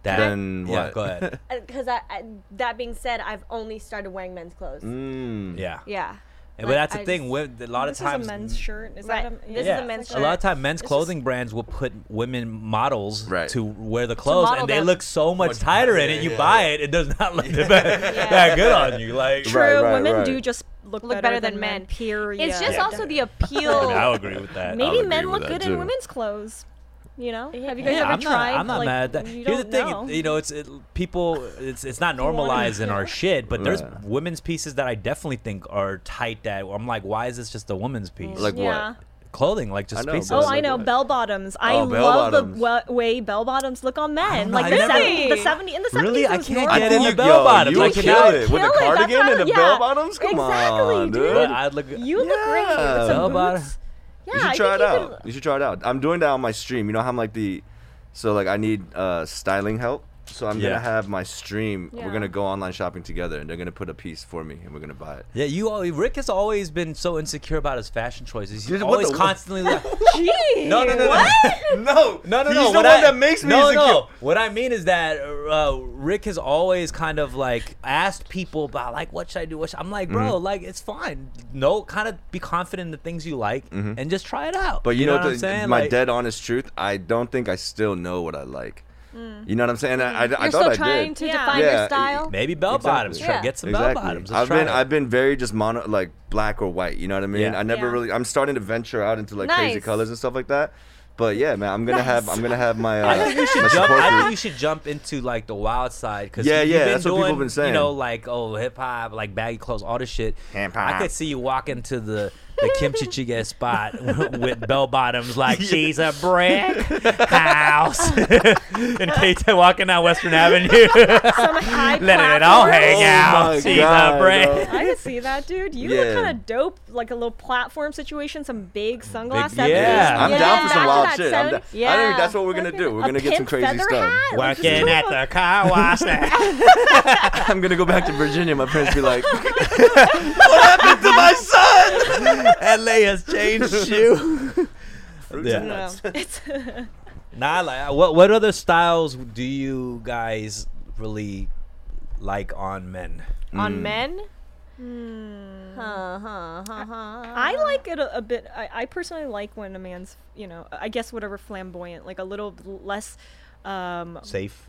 That, Then yeah, what? go ahead. Uh, because I, I, that being said, I've only started wearing men's clothes. Mm. Yeah. Yeah. but that's the I thing. just- Women, a lot This of times, is a men's shirt. Is Right. that a, This is a yeah, men's a shirt. lot of time men's It's clothing brands will put women models Right. to wear the clothes, model and they them. look so much, Much- tighter in yeah, it. You yeah, buy it, it does not look that, that good on you. Like, Right, True, right, women right. do just look, Look better than men. Period. It's just Yeah. also the I, mean, I appeal. would agree with that. maybe agree men with look that good too. in women's clothes. You know? Have you guys ever I'm not, tried? I'm not like, mad at that. You Here's the don't thing, know. you know, it's it, people. It's it's not normalized in our shit, but there's Yeah. women's pieces that I definitely think are tight. That I'm like, why is this just a woman's piece? Like what? yeah. clothing, like just I know, pieces. but- Mm. Oh, Those I look know like- bell bottoms. I Oh, bell love bottoms. Oh, the wa- way bell bottoms look on men. know, Like I the never- seventy, the seventy in the seventies. Really? I was can't normal. get I think in the you, bell yo, bottoms. You I would can kill not- it with Kill a it, that's cardigan what I- and the yeah. bell bottoms. Come Exactly, on, dude. dude. But I look. You look great Yeah. with some Bell bottom- boots. Yeah, You should I try it think you out. could- You should try it out. I'm doing that on my stream. You know how I'm like the, so like I need uh styling help. So I'm Yeah. gonna have my stream. Yeah. We're gonna go online shopping together, and they're gonna put a piece for me, and we're gonna buy it. Yeah, you. al- Rick has always been so insecure about his fashion choices. He's Dude, what always the- constantly like, Jeez. no, no, no, no. No, No, no, he's no. the what one I, that makes me no, insecure. no. What I mean is that uh, Rick has always kind of like asked people about like, what should I do? What should, I'm like, bro, Mm-hmm. like it's fine. No, kind of be confident in the things you like and just try it out. Mm-hmm. But you, know, what the, I'm saying? my Like, dead honest truth, I don't think I still know what I like. Mm. You know what I'm saying? I, I, I You're thought still I trying did. to Yeah. define Yeah, your it- style. maybe bell Exactly. bottoms. Try Yeah. Get some bell bottoms. Let's I've try been it. I've been very just mono like black or white. You know what I mean? Yeah. I never Yeah. really. I'm starting to venture out into like crazy Nice. colors and stuff like that. But yeah, man, I'm gonna have I'm gonna have my. Uh, I think you my should support jump. I think group. you should jump into like the wild side because Yeah, yeah, been that's what doing, people been You saying. know, like oh, hip hop, like baggy clothes, all this shit. I Hip-hop. could see you walking to the the kimchi jjigae spot with bell bottoms, like she's a brick house. In case they're walking down Western Avenue, Some high letting it all platform. hang Oh out. my She's God, a bro. brick. I could see that, dude. You Yeah. look kind of dope, like a little platform situation, some big sunglasses. yeah. Yeah. I'm down for some Back to wild that shit. I'm down- seven- I think Yeah. that's what we're gonna Fucking do. We're a gonna get some pimp crazy feather stuff. hat. Like, just Working do at a- the car wash. now. I'm gonna go back to Virginia. My parents be like, "What happened to my son?" LA has changed you. Yeah. It's- Nah, like uh, what what other styles do you guys really like on men? On men? Hmm. Huh, huh, huh, huh. I like it a, a bit. I, I personally like when a man's, you know, I guess whatever flamboyant, like a little less. Um, Safe.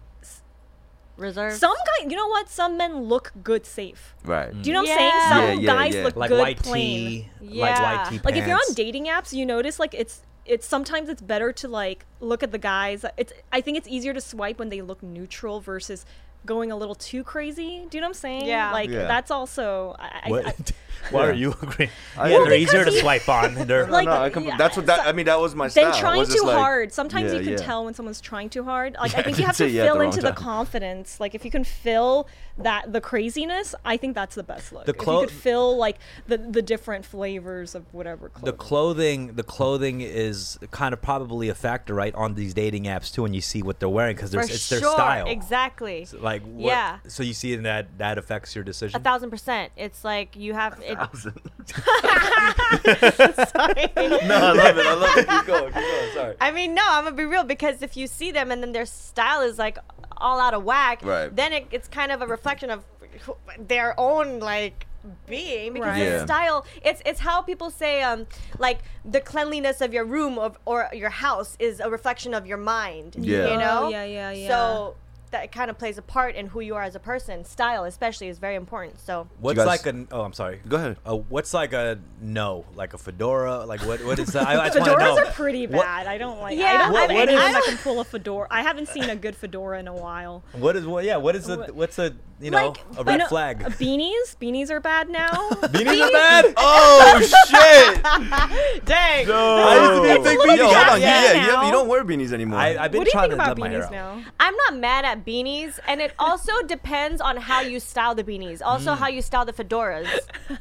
reserve. some guy, you know what? Some men look good safe. Right. Do you know Yeah. what I'm saying? Some Yeah, yeah, guys yeah. look Like good white plain. tea. Like Yeah. white tea like if you're on pants. dating apps you notice like it's it's sometimes it's better to like look at the guys it's i think it's easier to swipe when they look neutral versus going a little too crazy do you know what i'm saying Yeah. like Yeah. that's also I, I- I, What? Why are Yeah. you agreeing? I- yeah, Well, they're because easier to you- swipe on. They're Like, no, I com- yeah, that's what that. so- I mean, that was my style. then It trying was just too like- hard sometimes Yeah, you can yeah. tell when someone's trying too hard like i Yeah, think you have to say yeah at the fill wrong into the time. confidence like if you can fill that the craziness i think that's the best look The if you clo- could fill like the the different flavors of whatever the clothing. clothing the clothing is kind of probably a factor right on these dating apps too and you see what they're wearing because For it's sure. their style Exactly. like what, Yeah. so you see and that that affects your decision A thousand percent. It's like you have. It, no, I love it. I love it. Keep going. Keep going. Sorry. I mean, no, I'm gonna be real because if you see them and then their style is like all out of whack, Right. then it, it's kind of a reflection of who- their own like being because Right. their Yeah. style it's it's how people say um like the cleanliness of your room of, or your house is a reflection of your mind Yeah. you know Oh, yeah, yeah, yeah. so that kind of plays a part in who you are as a person style especially is very important so what's guys- like an oh i'm sorry Go ahead. uh, what's like a no like a fedora like what what is that I, I just wanna Fedoras know. are pretty bad. What- I don't like. Yeah. I don't What- have what anyone is- that can pull a fedora. I haven't seen a good fedora in a while. What is what? Yeah, what is the What- what's the you know Like, Oh, a you red know, flag? uh, Beanies, beanies are bad now. Beanies are bad. Oh shit! dang I used to be a big beanie. Yo, Yo, hold on. Yeah, yeah. yeah. You, now. have- you don't wear beanies anymore. I, I've been what do you trying think to let about my hair beanies out. now? I'm not mad at beanies, and it also depends on how you style the beanies, also how you style the fedoras.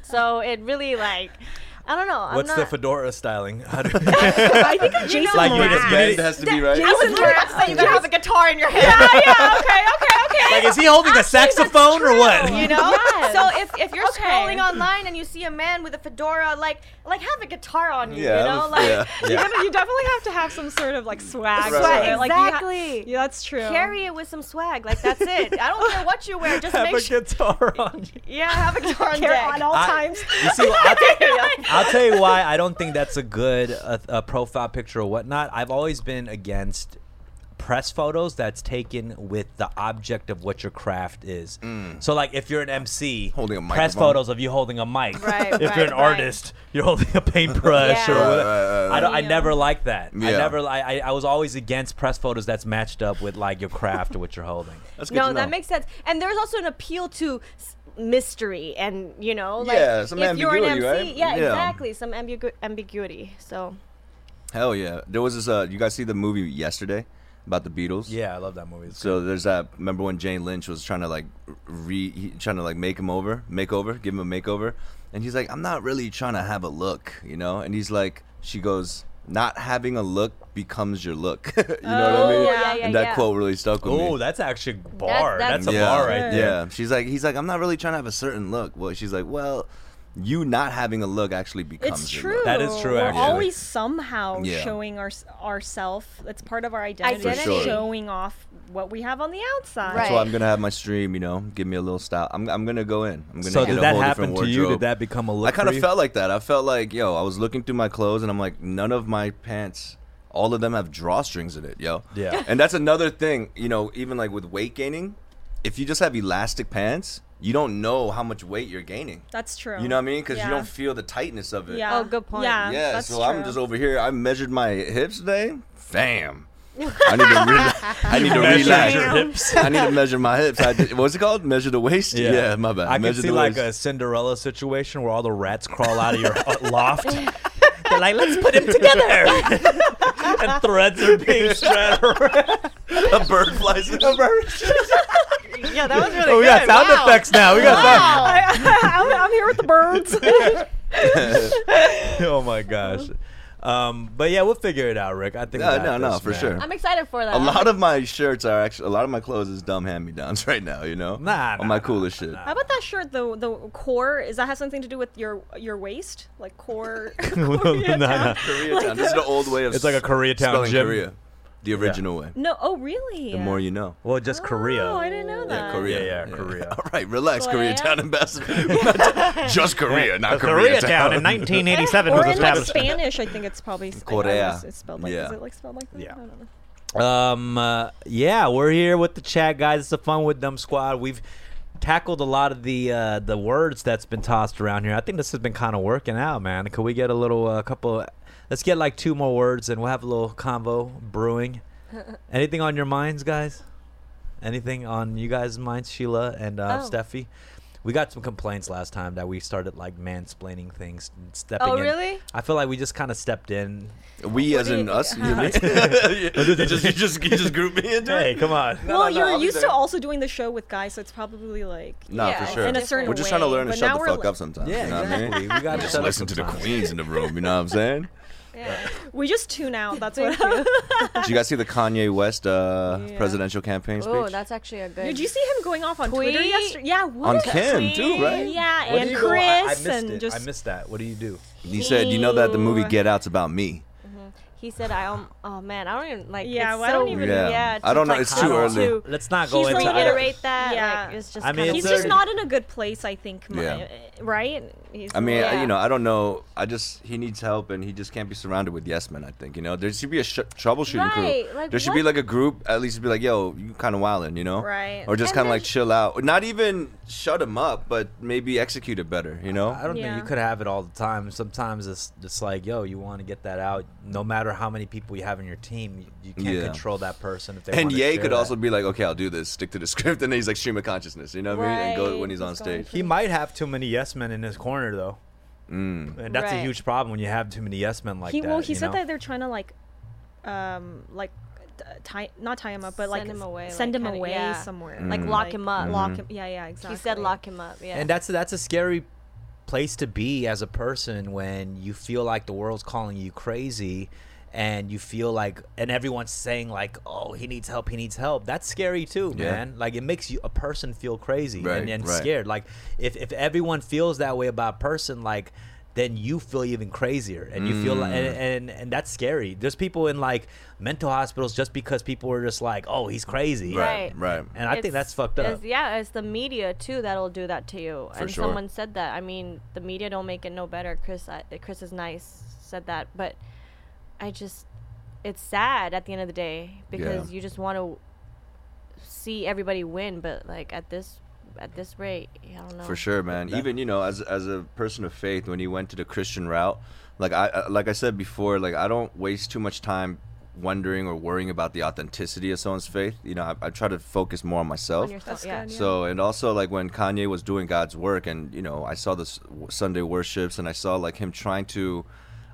So it really like, I don't know. I'm What's not, the fedora styling? How do I think of Jason like you Mraz. just bend has to be right. I was Jason literally about to say you gotta have a guitar in your hand. yeah, yeah, okay, okay, okay. Like, is he holding a saxophone or what? You know? Yes. So if, if you're Okay. scrolling online and you see a man with a fedora, like like have a guitar on you, Yeah, you know? I'm a- Like yeah, You gotta- you definitely have to have some sort of like swag. Right, to right. it. Like, you ha- Exactly. yeah, that's true. carry it with some swag. Like that's it. I don't care what you wear, just Have make a sure guitar on you. Yeah, have a guitar on Carry deck. on all I- times. You see, I'll, t- I'll tell you why I don't think that's a good uh a profile picture or whatnot. I've always been against press photos that's taken with the object of what your craft is. So, like, if you're an MC, Mm. Holding a press microphone. photos of you holding a mic. Right, if right, you're an right. artist, you're holding a paintbrush or Oh, Yeah. whatever. Right, right, I, don't, I Yeah. never liked that. I Yeah. never. I, I I was always against press photos that's matched up with like your craft or what you're holding. That's good to No, know. that makes sense. And there's also an appeal to s- mystery and, you know, like Yeah, some if you're an MC, ambiguity, right? yeah, Yeah. exactly, some ambigu- ambiguity. So, Hell yeah! There was this. Uh, you guys see the movie yesterday about the Beatles? Yeah, I love that movie. It's So there's that. Remember when Jane Lynch was trying to like re, he, trying to like make him over, make over, give him a makeover, and he's like, I'm not really trying to have a look, you know. And he's like, she goes, not having a look becomes your look. you know what I mean? Oh, yeah, yeah, and that yeah. quote really stuck with me. Oh, that's actually a bar. that's- That's, a bar right there. Yeah. She's like, he's like, I'm not really trying to have a certain look. Well, she's like, well, you not having a look actually becomes It's Your true. look. That is true, We're actually. always somehow Yeah. showing our ourself. That's part of our identity. Identity. For sure. Showing off what we have on the outside. Right. So I'm gonna have my stream, you know, give me a little style. I'm, I'm gonna go in. I'm gonna So get did a that whole happen different to you? wardrobe. Did that become a look? I kind for of you? felt like that. I felt like, yo, I was looking through my clothes and I'm like, none of my pants, all of them have drawstrings in it, yo. Yeah. And that's another thing, you know, even like with weight gaining, if you just have elastic pants, you don't know how much weight you're gaining. That's true. You know what I mean? Because Yeah. you don't feel the tightness of it. Yeah. Oh, good point. Yeah. Yeah. that's so true. I'm just over here. I measured my hips today. Damn. I need to, rela- I need to relax. your hips. I need to measure my hips. I did, what's it called? Measure the waist? Yeah, my bad. I can measure see the like waist. a Cinderella situation where all the rats crawl out of your loft. They're like, let's put them together, and threads are being strapped. around. a bird flies in the bird. yeah, that was really Oh, we got sound effects now. We got I'm, I'm here with the birds. sound. Oh my gosh. Um, but yeah, we'll figure it out, Rick. I think. No, we got no, no, this, for man. sure. I'm excited for that. A lot of my shirts are actually a lot of my clothes is dumb hand me downs right now. You know, Nah, All nah, my nah, coolest shit. How about that shirt? The the core. Is that have something to do with your your waist? Like core. No, no, no, no. Koreatown. this is the old way of. It's like a Koreatown spelling gym. Korea, the original way. no. Oh, really? The more you know. Well, just Korea. Oh, I didn't know that. Yeah, Korea. Yeah, yeah, Korea. All right, relax, Well, yeah. Koreatown ambassador. Not ju- just Korea, not Koreatown. 1987 or in like Spanish, I think it's probably I- I Korea. guess It's spelled like, Yeah. Is it like spelled like that? Yeah. I don't know. Um, uh, yeah, we're here with the chat, guys. It's a fun with dumb squad. We've tackled a lot of the uh, the words that's been tossed around here. I think this has been kind of working out, man. Could we get a little uh, couple? Let's get like two more words, and we'll have a little convo brewing. Anything on your minds, guys? Anything on you guys' minds, Sheila and uh, Oh. Steffi? We got some complaints last time that we started like mansplaining things, and stepping Oh, in. really? I feel like we just kind of stepped in. We as in us. You, mean? you just you just you just group me into it. Hey, come on. well, no, I'll you're be used there. to also doing the show with guys, so it's probably like Nah, Yeah, for it's sure. in a certain we're just trying to way, learn to but shut now the we're fuck li- up sometimes. Yeah, you know what I exactly. mean? We got to Just listen to the queens in the room. You know what I'm saying? we just tune out. That's what. Did you guys see the Kanye West uh, Yeah. presidential campaign speech? Oh, that's actually a good. Did you see him going off on Twitter Tweet? yesterday? Yeah, what? on a- Kim too, right? Yeah, What do and you Chris go- I, I missed and it. just I missed that. What do you do? He said, "You know that the movie Ew. Get Out's about me." He said, "I um, oh man, I don't even like." Yeah, it's well, I so- don't even- Yeah. I don't know, it's I too don't early. want to Let's not go He's into. like- Reiterate that. Yeah. Like, it's just. I mean, kinda he's it's just already- not in a good place. I think, my, Yeah. right? He's I mean, like- I- Yeah. you know, I don't know. I just he needs help, and he just can't be surrounded with yes men. I think you know there should be a sh- troubleshooting Right, group. like, there should be what- like a group at least be like, "Yo, you kind of wildin'," you know, Right. Or just And kind of then- like chill out. Not even shut him up, but maybe execute it better. You know, I don't Yeah. think you could have it all the time. Sometimes it's just like, yo, you want to get that out. No matter how many people you have in your team, you, you can't Yeah. control that person. If they and wanna Ye share could that. also be like, "Okay, I'll do this. Stick to the script," and then he's like stream of consciousness. You know what I mean? And go Right, when he's on he's going stage. He might have too many yes men in his corner, though. Mm. And that's a Right. huge problem when you have too many yes men like he that. well, he you said know? that they're trying to like, um, like t- tie not tie him up, but like Send him away, send like, him kinda- away yeah. somewhere, Mm. Like, lock him up. Mm-hmm. lock him. Yeah, yeah, exactly. He said, "Lock him up." Yeah. And that's that's a scary place to be as a person when you feel like the world's calling you crazy and you feel like and everyone's saying like oh he needs help he needs help that's scary too Yeah. man like it makes you a person feel crazy Right, and, and right. scared like if, if everyone feels that way about a person like then you feel even crazier and you feel like Mm. and, and and that's scary there's people in like mental hospitals just because people are just like oh he's crazy Right. Right. Right. and i think It's- that's fucked up it's- yeah, it's the media too that'll do that to you. For and sure. someone said that. I mean, the media don't make it no better. Chris, I, Chris is nice, said that, but I just, it's sad at the end of the day because Yeah. you just want to see everybody win, but like at this, at this rate, I don't know. For sure, man. Even you know, as as a person of faith, when he went to the Christian route, like I uh, like I said before, like I don't waste too much time wondering or worrying about the authenticity of someone's faith. You know, I, I try to focus more on myself. On yourself, That's yeah. good. So and also like when Kanye was doing God's work, and you know, I saw this w- Sunday worships, and I saw like him trying to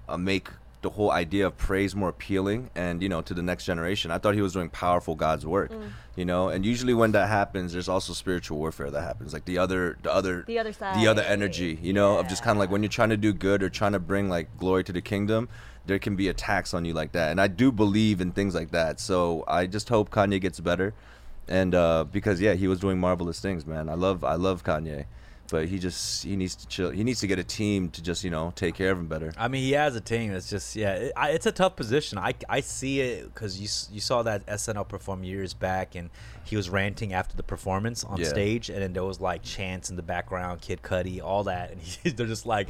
uh, make the whole idea of praise more appealing and you know to the next generation i thought he was doing powerful god's work Mm. you know and usually when that happens there's also spiritual warfare that happens like the other the other The other the other side. energy you know of just kind of like when you're trying to do good or trying to bring like glory to the kingdom there can be attacks on you like that and i do believe in things like that so i just hope kanye gets better and uh because yeah he was doing marvelous things man i love i love kanye but he just he needs to chill he needs to get a team to just you know take care of him better I mean, he has a team. It's just yeah, it, I, it's a tough position. I, I see it because you s- you saw that SNL perform years back, and he was ranting after the performance on Yeah. stage, and then there was like chants in the background, Kid Cudi, all that, and he, they're just like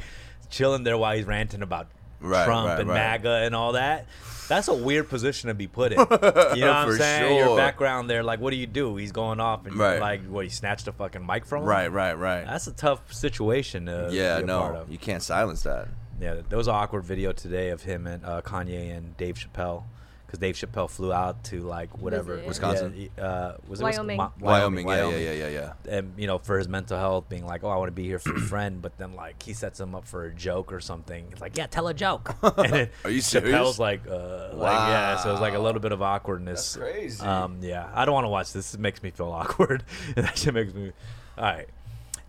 chilling there while he's ranting about. Right, Trump right, and right. MAGA and all that. That's a weird position to be put in. You know what I'm For saying? Your sure. background there, like, what do you do? He's going off and Right. like, what? He snatched a fucking mic from him. right right right That's a tough situation. To yeah be a part no of. you can't silence that Yeah, there was an awkward video today of him and uh, Kanye and Dave Chappelle, because Dave Chappelle flew out to like whatever Visit. Wisconsin? yeah, he- uh, was it Wyoming. Wisco- Mo- wyoming, yeah yeah yeah yeah yeah And you know, for his mental health, being like, "Oh, I want to be here for a friend," but then like he sets him up for a joke or something. It's like, "Yeah, tell a joke." and then Are you serious? Chappelle's like, uh, like, yeah." So it's like a little bit of awkwardness. That's crazy. Um, yeah, I don't want to watch this. It makes me feel awkward. that shit makes me. All right.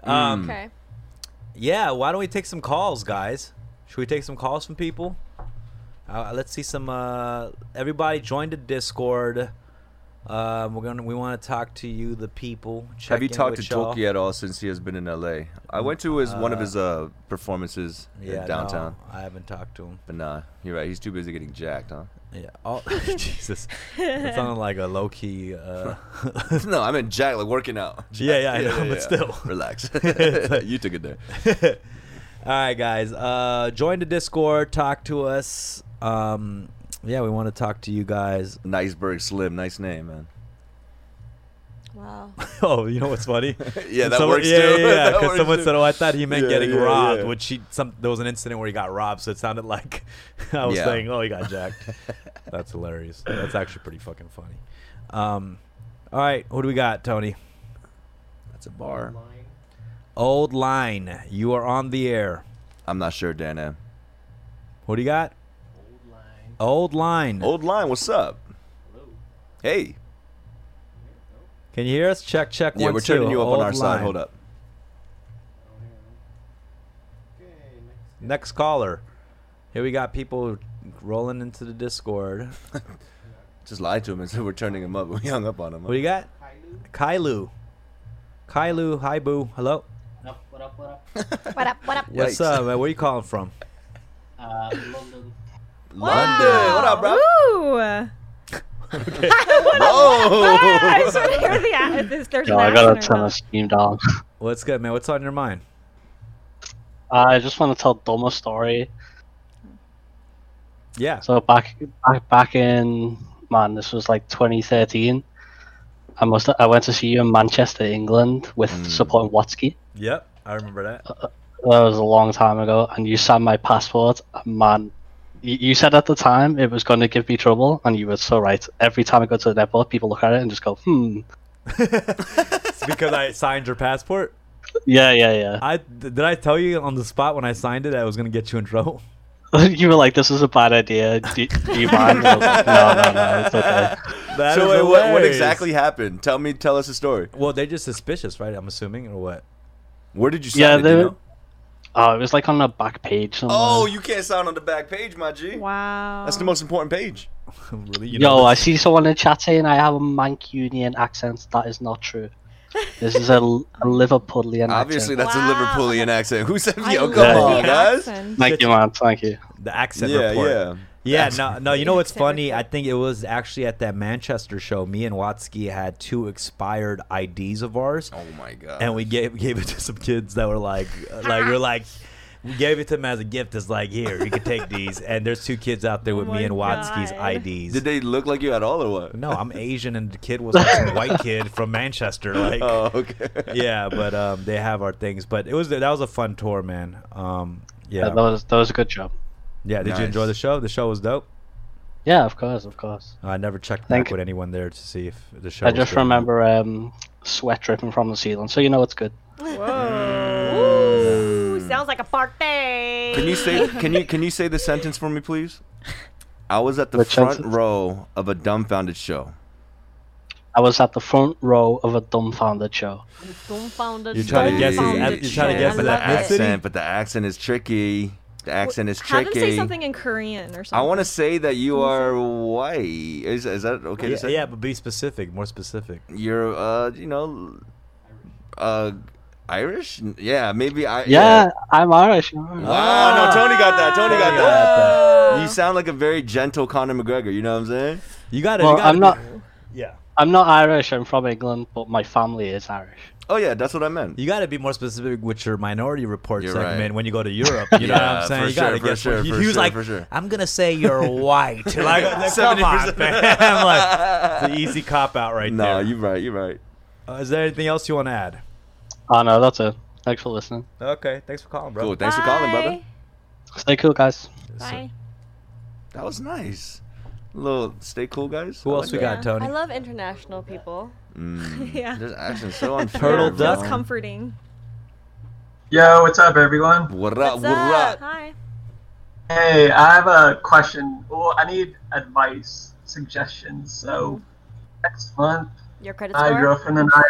Um, Mm. Okay. yeah, why don't we take some calls, guys? Should we take some calls from people? Uh, let's see some. Uh, everybody join the Discord. Um, we're gonna we want to talk to you, the people. Check Have you in talked to with y'all. Toki at all since he has been in LA? I went to his one of his uh, performances Yeah, in downtown, no, I haven't talked to him. but nah, you're right. He's too busy getting jacked, huh? Yeah. Oh, Jesus. That sounded like a low key. Uh, no, I meant jack, like working out. Yeah, yeah, I know, but still. relax. you took it there. All right, guys. Uh, join the Discord. Talk to us. Um, yeah, we want to talk to you guys. Niceberg Slim, nice name, man. Wow. Oh, you know what's funny? Yeah, And that someone- works yeah, too. Yeah, yeah, That because works someone too. said, "Oh, I thought he meant Yeah, getting yeah, robbed," yeah. which he some there was an incident where he got robbed, so it sounded like I was Yeah. saying, "Oh, he got jacked." That's hilarious. That's actually pretty fucking funny. Um, all right, what do we got, Tony? That's a bar. Old line, you are on the air. I'm not sure, Dan. M. What do you got? Old line. Old line, what's up? Hey, Can you hear us? Check, check. yeah, one, we're turning two. you up on Old our side. line. Hold up. Next caller. Here we got people rolling into the Discord. Just lied to him and said we're turning him up. We hung up on him. What do you got? Kailu. Kailu, hi boo. Hello. What up, what up, what up? What up? What up? What's Yikes. up, man? Where you calling from? Uh, London. London. What up, bro? Ooh. Whoa. I just want to hear the a- this- There's Yo, an I got a accent or ton of not. steam dog. What's good, man? What's on your mind? I just want to tell Dom a story. Yeah. So back, back, back in man, this was like 2013. I must. I went to see you in Manchester, England, with supporting Watsky. Yep. I remember that. That was a long time ago, and you signed my passport. And man, you, you said at the time it was going to give me trouble, and you were so right. Every time I go to the airport, people look at it and just go, "Hmm, It's because I signed your passport. yeah, yeah, yeah." I th- did I tell you on the spot when I signed it I was gonna get you in trouble. you were like, "This is a bad idea. Do, do you mind?" I was like, no, no, no, it's okay. That so is wait, what, what hilarious. exactly happened? Tell me, tell us the story. Well, they're just suspicious, right? I'm assuming, or what? Where did you sign Yeah, it? do you they- know? Oh, it was like on a back page. Somewhere. Oh, you can't sign on the back page, my G. Wow. That's the most important page. really, you Yo, know, I see someone in chat saying I have a Mancunian accent. That is not true. This is a, L- a Liverpudlian Obviously, accent. that's a Wow. Liverpoolian accent. Who said, I yo, love come the on, guys? accent. Thank you, man. Thank you. the accent Yeah, report. yeah. Yeah, no, no. You know what's Accent funny? I report. think it was actually at that Manchester show. Me and Watsky had two expired IDs of ours, Oh my god. and we gave gave it to some kids that were like, uh, like we we're like, we gave it to them as a gift. It's like, here, you can take these. And there's two kids out there with Oh me my and Watsky's God. IDs. Did they look like you at all or what? no, I'm Asian, and the kid was like some white kid from Manchester. Like, Oh, okay. yeah, but um, they have our things. But it was that was a fun tour, man. Um, yeah, That was that was a good job. yeah. Did you Nice. enjoy the show? The show was dope. Yeah, of course, of course. I never checked Thank back you. with anyone there to see if the show. I was just good. remember um, sweat dripping from the ceiling, so you know it's good. Ooh, sounds like a party. Mm. Can you say can you can you say the sentence for me, please? I was at the Which front sentence? row of a dumbfounded show. I was at the front row of a dumbfounded show. Dumbfounded. You're trying to guess his- dumbfounded you're trying to guess shit. his I love ethnicity? it. accent, but the accent is tricky. The accent is Have them tricky. say something in Korean or I something. want to say that you are white. Is, is that okay to Yeah, say? yeah, but be specific, more specific. You're uh, you know, uh, Irish. Yeah, maybe I. Yeah, I'm Irish. I'm Irish. Wow, no, Tony got that. Tony got that. You sound like a very gentle Conor McGregor. You know what I'm saying? You got it. Well, I'm not. Yeah, I'm not Irish. I'm from England, but my family is Irish. Oh yeah, that's what I meant. you got to be more specific with your minority report You're segment right. when you go to Europe. You know what Yeah, I'm saying? for you got to sure, for guess. sure, what, he, for he was sure, like, for sure. "I'm gonna say you're white." like, I was like, come on, 70%. man. I'm like, the easy cop out right No, there. you're right. You're right. Uh, is there anything else you want to add? Oh no, that's it. Thanks for listening. Okay, thanks for calling, bro. Cool. Thanks for calling, brother. Bye. Stay cool, guys. Bye. That was nice. Little stay cool, guys. Who I else we like got, I Tony? love international people. Mm, Yeah. This accent's so unfair. Turtle bro. duck. It's comforting. Yo, what's up, everyone? What up? What's What up? up? Hi. Hey, I have a question. Well, I need advice, suggestions. So, next month, Your credit my score. girlfriend and I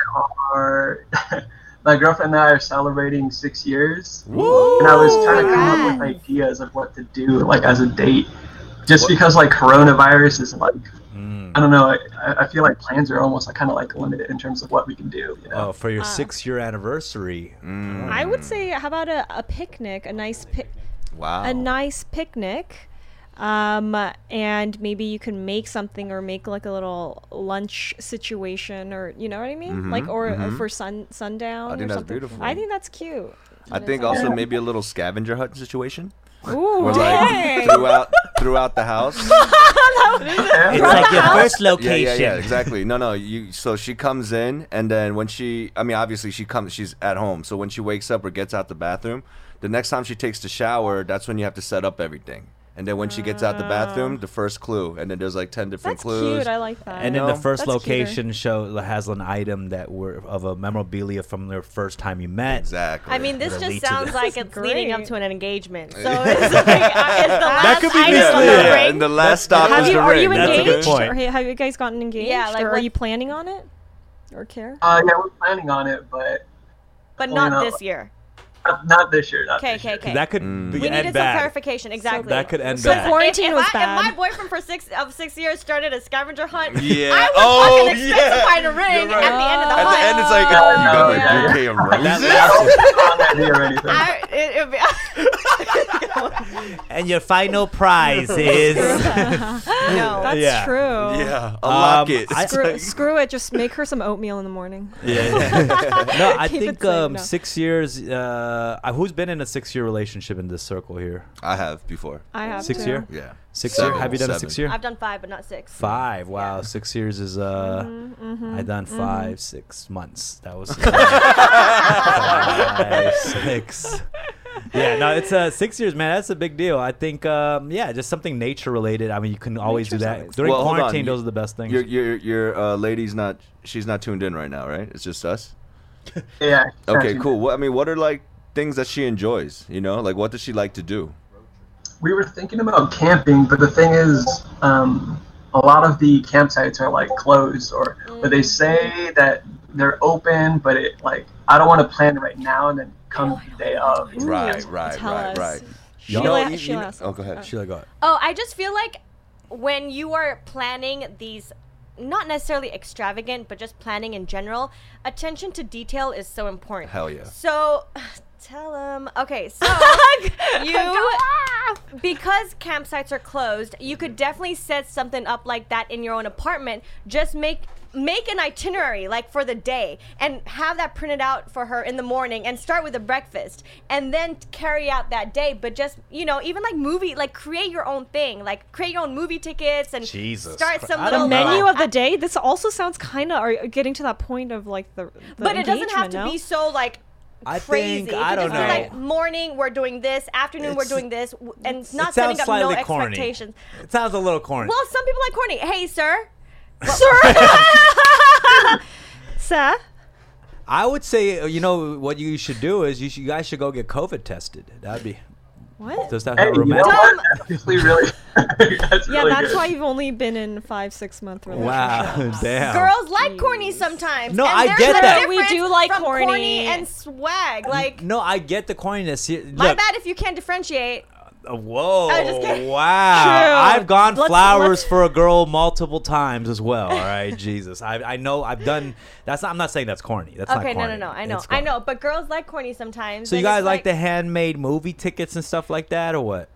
are my girlfriend and I are celebrating six years, and I was trying to come up with ideas of what to do, like as a date, just because like coronavirus is like Mm. I don't know. I- I, I feel like plans are almost like, kind of like limited in terms of what we can do. You know? Oh, Uh, for your six-year anniversary. Mm, I would say, how about a, a picnic? A nice pic. wow. a nice picnic um and maybe you can make something or make like a little lunch situation or you know what i mean like Mhm, or mhm. for sun I sundown think or that's something. beautiful. i think that's cute I think also maybe a little scavenger hunt situation. Ooh, Where like dang. throughout throughout the house. Okay. It's like your first yeah, location. yeah, yeah, exactly. No, no. You so she comes in, and then when she, I mean, obviously she comes, she's at home. So when she wakes up or gets out the bathroom, the next time she takes the shower, that's when you have to set up everything. And then when she gets out the Ah. bathroom, the first clue, and then there's like ten different that's clues. cute i like that And then know? the first That's cuter. location show has an item that were of a memorabilia from their first time you met. Exactly. I mean, this It'll lead just to sounds this. like This is it's leading up great. to an engagement. So it's, like, uh, it's the last could be item misleading. on Yeah, the yeah, ring. and the last stop have is you, the are ring. you That's a good engaged point. Or ha- have you guys gotten engaged like, or are what- you planning on it or care Uh, yeah, we're planning on it, but But Oh, not no. this year. not, not this year. Not Okay, this okay, year. okay. That could Mm. be we needed end some bad. clarification. Exactly. That could end So bad. for- If- Quarantine if, was I, bad. If my boyfriend for six of six years started a scavenger hunt, Yeah. I would Oh, fucking expect yeah. to find a ring You're right. at the end of the At hunt. the end, it's like, Oh, you got like yeah. bouquet of That roses? last- Not on that or anything. I, it, it'd be, and your final prize is. no. that's Yeah. true Yeah, a locket. I- It's Screw, like- screw it. Just make her some oatmeal in the morning. Yeah. no, I Keep think it safe, um, no. six years. Uh, uh, who's been in a six-year relationship in this circle here? I have before. I have Six to. year, Yeah. six Seven, year. Have you done a seven. six year? I've done five, but not six. Five. Wow, six years is. uh Mm-hmm, I done 5 six months. That was five, six. Yeah, no, it's uh, six years, man. That's a big deal. I think, um, yeah, just something nature related. I mean, you can always do Nature's that always- during Well, hold on. quarantine. You- Those are the best things. Your your your uh, lady's not. She's not tuned in right now, right? It's just us. Yeah. Okay, exactly. cool. What I mean, what are like things that she enjoys? You know, like what does she like to do? We were thinking about camping, but the thing is, um, a lot of the campsites are like closed, or Mm. but they say that they're open, but it like I don't want to plan right now and then come the day of. Right, right, tell right, us. right. Sheila- No, you- you- Sheila asked- oh, go ahead. Sheila, go. Oh, I just feel like when you are planning these, not necessarily extravagant, but just planning in general, attention to detail is so important. Hell yeah. So, tell them. Okay, so you, because campsites are closed, you could definitely set something up like that in your own apartment. Just make make an itinerary like for the day and have that printed out for her in the morning and start with a breakfast and then carry out that day but just you know even like movie like create your own thing like create your own movie tickets and Jesus start Christ. some I little don't know. Menu of the day. This also sounds kind of are getting to that point of like the, the but it doesn't have engagement, to no? be so like I crazy. think It I could don't just be like know. morning we're doing this, afternoon we're It's- doing this, w- and it's not it sounds setting up no slightly corny. expectations. It sounds a little corny. Well, some people like corny. Hey, sir. Sir? I would say uh, you know what you should do is you, should, you guys should go get COVID tested. That'd be What? does that Hey, sound you know romantic? what? That's actually really. that's Yeah, really that's good. why you've only been in five, six month relationship. Wow, damn. Girls like corny sometimes. Oh, No, and I there's get a that. We difference do like from corny. corny. and swag. Like, no, I get the corniness. Here- Look, my bad if you can't differentiate. Uh, Whoa! I'm just kidding. Wow! True. I've gone Let's- flowers let's- for a girl multiple times as well. All right, Jesus, I, I know I've done. That's not, I'm not saying that's corny. That's okay, not corny. no, no, no. I know, It's I corny. know. But girls like corny sometimes. So you and it's guys like, the handmade movie tickets and stuff like that, or what?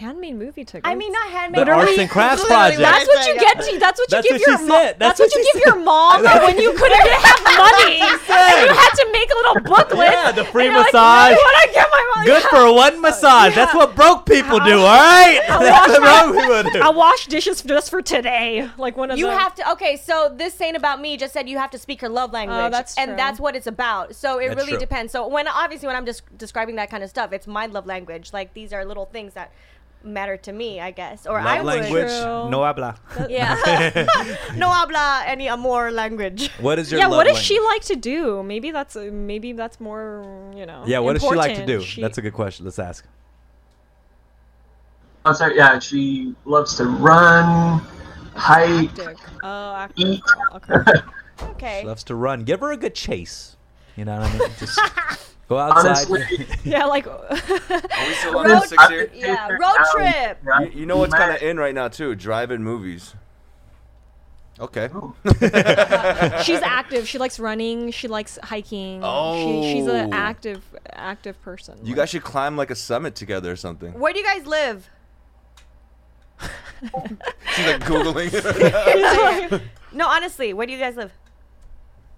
Handmade movie tickets. I mean, not handmade. The but arts and crafts Literally, project. That's what you Yeah. get. To, that's what That's you give what she your mom. said. That's That's, what what you she give your mom when you couldn't have money. and you had to make a little booklet. Yeah, the free And you're like, "No, massage. I want to get my mom. Good for one massage. That's what broke people do. All right, that's what broke people do. I wash dishes just for today. Like one of You the, have to. Okay, so this saying about me just said you have to speak her love language. that's true. And Oh, that's what it's about. So it That's really true. depends. So when obviously when I'm just describing that kind of stuff, it's my love language. Like these are little things that matter to me, I guess, or I Love would. language, True. no habla. Yeah. no habla any amor language. What is your Yeah, love what does language? she like to do? Maybe that's uh, maybe that's more you know. Yeah, what does she like to important. do? She- That's a good question. Let's ask. Oh, sorry. Yeah, she loves to run, hike, Dick. Oh, actor. eat. Okay. Okay. Loves to run. Give her a good chase. You know what I mean? Just go outside. Honestly, Yeah, like Are we still on Road- the six here? Yeah, Paper road towels, trip. yeah. You, you know what's kind of Matt, in right now too? Drive-in movies. Okay. she's active. She likes running. She likes hiking. she, she's Oh. an active active person. You guys should climb like a summit together or something. Where do you guys live? She's like googling. No, honestly, where do you guys live?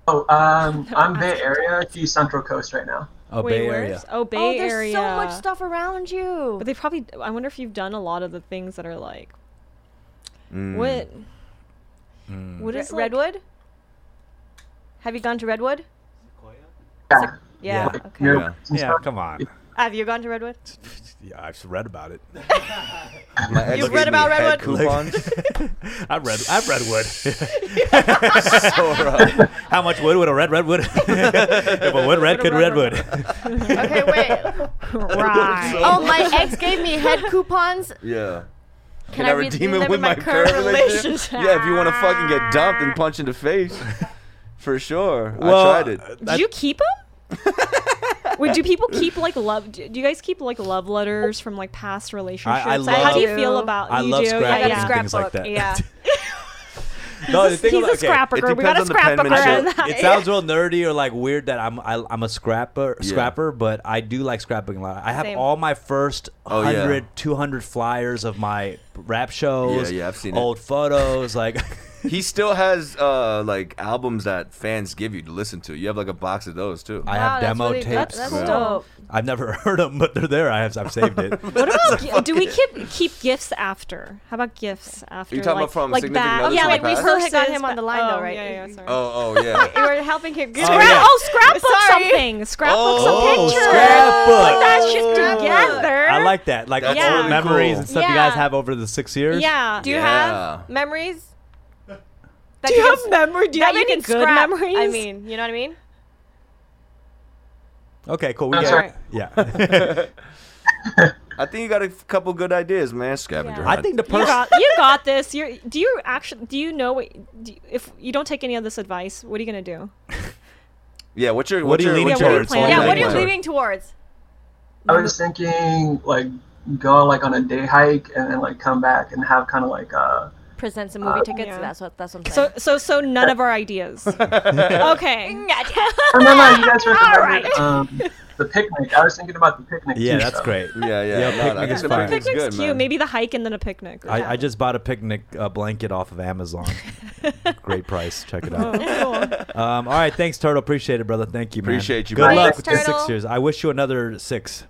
Oh, um, I'm Bay Area. She's Central Coast right now. oh, Wait, Bay where's- Area. Oh, Bay oh, there's Area. so much stuff around you. But they probably. I wonder if you've done a lot of the things that are like Mm. Hmm. what. What Re- is like- Redwood? Have you gone to Redwood? Yeah. Yeah. Yeah. Okay. near Yeah. and Yeah, stuff. come on. Have you gone to Redwood? Yeah, I've read about it. My ex You've gave read me about head Redwood? coupons. I read. I've read wood. uh, How much wood would a red redwood? if a wood red could redwood. Okay, wait. Right. oh, my ex gave me head coupons. yeah. Can, I redeem it with my current relationship? Yeah, if you want to fucking get dumped and punched in the face, for sure. I uh, tried it. Do you keep them? Wait, do people keep like love? Do do you guys keep like love letters from like past relationships? How love- do you feel about? I you love do? scrapping Yeah, yeah. things like scrapbook, that. yeah. no, He's a- he's a scrapper. it We got a depends on the scrapper. penmanship. and- It sounds real nerdy or like weird that I'm I, I'm a scrapper Yeah. scrapper, but I do like scrapping a lot. I have Same. all my first Oh, yeah. 100, 200 flyers of my rap shows. Yeah, yeah, I've seen it. old photos. Like, He still has uh like albums that fans give you to listen to. You have like a box of those too. I Wow, have that's demo really- tapes. That's cool. dope. I've never heard them, but they're there. I have I've saved it. What about? gi- Do we keep keep gifts after? How about gifts after? talking about like, from like significant bags, others yeah, from like the we past? still had got got him on the line though, right? Yeah, yeah, oh, oh yeah. You were helping him get Oh, yeah. Oh, scrapbooks, Sorry. something. Scrapbooks, Oh, some pictures. scrapbook. Put that shit Scrapbook. together. I like that. Like That's old really memories cool. and stuff you guys Yeah. have over the six years. Yeah. Do you Yeah. have memories? That Do you can have memory? Do you that have you any can good scrap? memories? I mean, you know what I mean? Okay, cool. We I'm get sorry. it. Yeah. I think you got a f- couple good ideas, man. Scavenger. I think the You person. got, you got this. You're, do you actually? Do you know what? Do you, if you don't take any of this advice, what are you gonna do? Yeah, what's your What what's are you your, leaning what's your towards? plan? Oh, yeah, my what are you God. leaning towards? I was thinking like go like on a day hike and then like come back and have kind of like uh Present some movie tickets. yeah. That's what that's what I'm So saying. so so none of our ideas. okay. I remember you guys recommended um, the picnic. I was thinking about the picnic. Yeah, too, that's so. great. Yeah, yeah. Yeah, no, picnic I think is the fine. picnic's Picnic's good, cute. man. Maybe the hike and then a picnic. or I, I just bought a picnic uh, blanket off of Amazon. Great price. Check it out. Oh, Um, all right, thanks, Turtle. Appreciate it, brother. Thank you, man. Appreciate you, Good brother. luck Thanks, with the Turtle. six years. I wish you another six.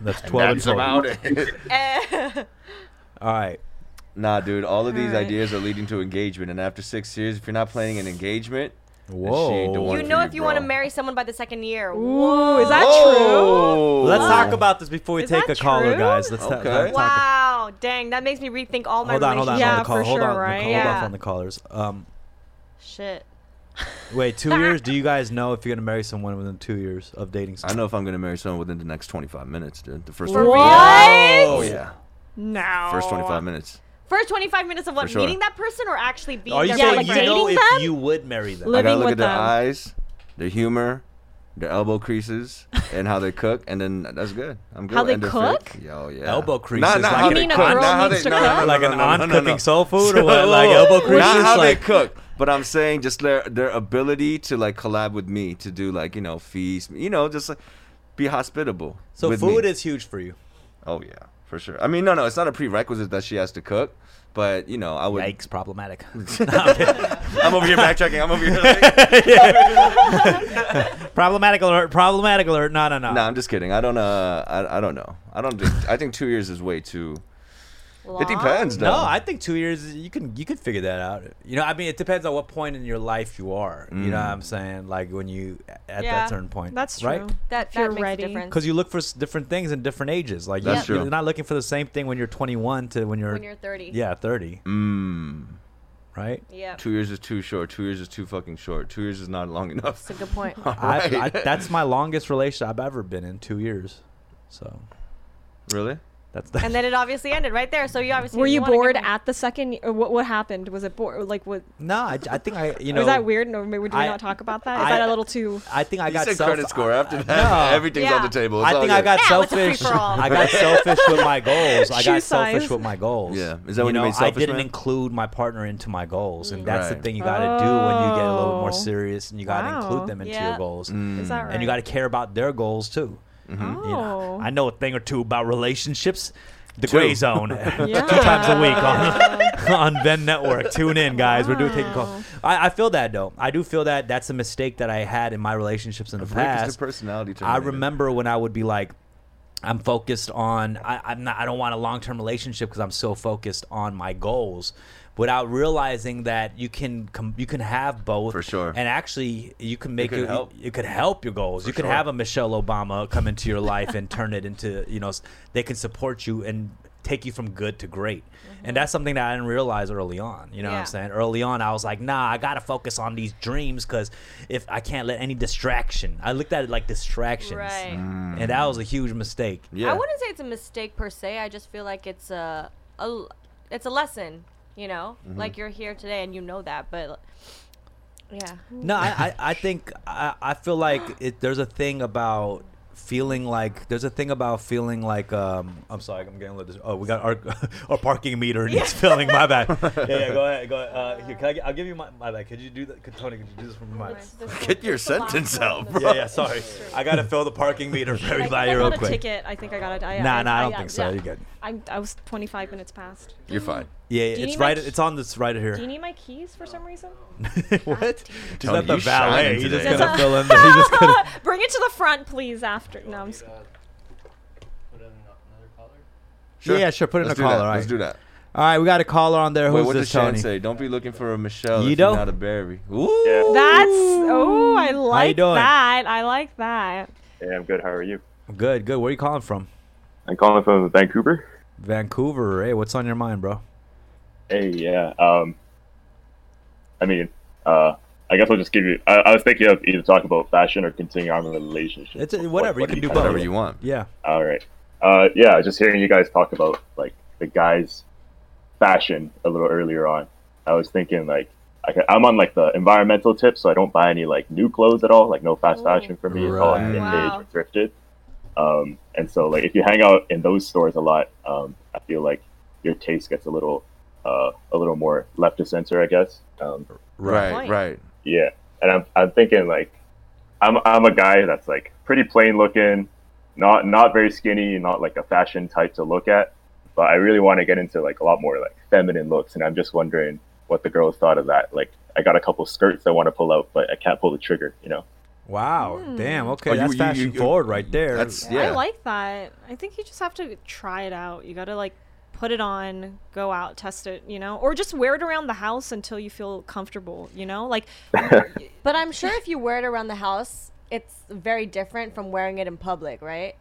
That's twelve. That's in total. about it. Eh. All right. Nah, dude, all of these Alright. ideas are leading to engagement, and after six years, if you're not planning an engagement, Whoa. the one you for know you, if you want to bro. marry someone by the second year. Ooh, is that true? oh, Let's talk about this before we Is take a that caller, true? guys. Let's, ta- Okay. let's talk. Wow, dang, that makes me rethink all my Hold on, hold on. relationships. Yeah, on the call. for hold sure, on, right? Nicole, Hold off Yeah. on the callers. Um, Shit. wait, two years? Do you guys know if you're gonna marry someone within two years of dating? I know if I'm gonna marry someone within the next 25 minutes, dude. The first 25 For real? Oh yeah, No. first 25 minutes. First 25 minutes of what? For sure. Meeting that person or actually being Are you there? saying like you dating know if them? you would marry them? I Living gotta look with at their them. eyes, their humor, their elbow creases, and how they cook, and then that's good. I'm good. How they And their fit. cook? Yo, yeah. Elbow creases, Not, not like how You they mean a cook, girl not how needs they- to no, no, cook? no, Like no, an no, no, aunt no, no. cooking soul food or what? Whoa, Like whoa, whoa. elbow Not creases? how Like- they cook, but I'm saying just their their ability to like collab with me to do like you know feast, you know, just like be hospitable. So with food me. is huge for you. Oh yeah, for sure. I mean, no, no, it's not a prerequisite that she has to cook, but you know, I would. Yikes, problematic. I'm over here backtracking. I'm over here. Like, problematic alert! Problematic alert! No, no, no. no, I'm just kidding. I don't. Uh, I, I don't know. I don't. Think, I think two years is way too. It depends. No, though. I think two years you can you can figure that out. You know, I mean, it depends on what point in your life you are. You know what Mm. I'm saying? Like when you at Yeah, that certain point, That's true. right? That, that you're makes ready. a difference. Because you look for s- different things in different ages. Like That's you're, true. you're not looking for the same thing when you're 21 to when you're, When you're 30. yeah 30, Mm, right? Yeah. two years is too short. Two years is too fucking short. Two years is not long enough. It's a good point. I've- I, Right. that's my longest relationship I've ever been in two years. So Really? that's the, and then it obviously ended right there. So you obviously Were you wanna get bored married. at the second? Or what what happened? Was it bored? Like what? no. I, I think I you know Was that weird? No, maybe- did we I- not talk about that? Is I- that a little too? I think I You got said self- uh, credit score. After that, No. everything's on the Yeah. table. It's I all think I good. got Now it's a selfish. free-for-all. I got selfish with my goals. I Shoe got selfish size. with my goals. Yeah. Is that when you know, made selfish, I didn't man? include my partner into my goals, and that's the Right. thing you got to do when you get a little bit more Oh. serious, and you got to Wow. include them into your Yeah. goals, Mm. Is that right? and you got to care about their goals too. You know, Oh. I know a thing or two about relationships. The Two. gray zone, two times a week on on Ben Network. Tune in, guys. We're doing taking calls. I, I feel that though. I do feel that that's a mistake that I had in my relationships in the Rick is the past. personality I terminator. remember when I would be like, I'm focused on. I, I'm not. I don't want a long term relationship because I'm so focused on my goals, without realizing that you can com- you can have both For sure. And actually, you can make could your, help. You, could help your goals. you could sure. have a Michelle Obama come into your life and turn it into you know s- they can support you and take you from good to great. And that's something that I didn't realize early on. You know what Mm-hmm. Yeah. I'm saying? Early on, I was like, nah, I gotta focus on these dreams because if I can't let any distraction, I looked at it like distractions, Right. and that was a huge mistake. Yeah. I wouldn't say it's a mistake per se. I just feel like it's a, a l- it's a lesson, you know? Mm-hmm. Like you're here today and you know that, but yeah. No, I, I, I think I, I feel like it, there's a thing about feeling like there's a thing about feeling like um I'm sorry I'm getting a little dis- oh we got our our parking meter needs filling my bad yeah yeah go ahead go ahead. uh here can I get, I'll give you my my bad could you do that could Tony could you do this for me mine Get your sentence out, bro. yeah yeah sorry I gotta fill the parking meter for everybody I real got a quick ticket. I think I got a. I, nah I, nah I I, don't think so yeah. you're good I'm, I was 25 minutes past. You're fine. yeah you it's need my right key? it's on this right Do you here need my keys for some reason? what he's Tony, not the you shining valet he's just today. gonna fill in the, he's just gonna Bring it to the front, please. After no, I'm. Just, Yeah, yeah, sure, put it in Let's a do that. caller, Let's alright. do that. all right we got a caller on there Wait, who's what does this Shan Tony say? Don't be looking for a Michelle You if don't? you're not a Barry. Ooh. that's oh, I like doing? that. I like that. Hey, I'm good. How are you? good good where are you calling from I'm calling from Vancouver. Vancouver. Hey, what's on your mind, bro? Hey, yeah. Um, I mean, uh, I guess I'll just give you. I, I was thinking of either talking about fashion or continuing on the relationship. It's- What- whatever, you what can do guys- both. Whatever you want. Yeah. All right. Uh, yeah, just hearing you guys talk about like the guys' fashion a little earlier on. I was thinking like I can, I'm on like the environmental tip, so I don't buy any like new clothes at all. Like no fast fashion for me. It's all Right. vintage Wow. or thrifted. Um, and so like if you hang out in those stores a lot, um, I feel like your taste gets a little uh, a little more left of center, I guess. Um, Right, point. right. yeah, and I'm I'm thinking like, I'm I'm a guy that's like pretty plain looking, not not very skinny, not like a fashion type to look at, but I really want to get into like a lot more like feminine looks, and I'm just wondering what the girls thought of that. Like, I got a couple skirts I want to pull out, but I can't pull the trigger, you know. Wow. Hmm. Damn. Okay. Oh, you- that's you- fashion you- you- forward right there. That's yeah. I like that. I think you just have to try it out. You got to like put it on, go out, test it, you know, or just wear it around the house until you feel comfortable, you know? Like But I'm sure if you wear it around the house, it's very different from wearing it in public, right?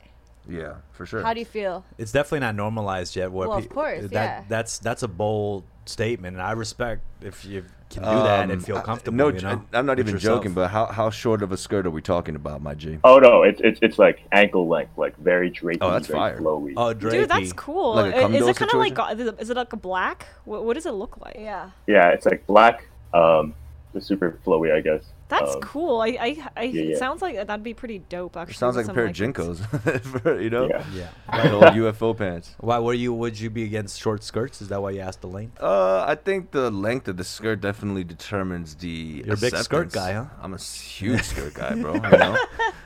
yeah, for sure. How do you feel? it's definitely not normalized yet. What Well, of pe- course, that, yeah. That's that's a bold statement, and I respect if you can do that and Um, feel I- comfortable. No, you know, I'm not with even yourself. joking. But how how short of a skirt are we talking about, my G? Oh no, it's it's it's like ankle length, like very drapey, Oh, that's very fire. flowy. oh, Drakey. dude, that's cool. Like a I- cum is dough it kind of like go- is it- is it like a black? What, what does it look like? Yeah. Yeah, it's like black, um, super flowy, I guess. That's Um, cool. I, I, I yeah, it yeah. sounds like that'd be pretty dope. Oh. Actually, It sounds with like a some, pair of that. jinkos, you know, Yeah. Yeah. Like old UFO pants. Why were you? Would you be against short skirts? Is that why you asked the length? Uh, I think the length of the skirt definitely determines the. You're a big skirt acceptance. guy, huh? I'm a s- huge skirt guy, bro. You know?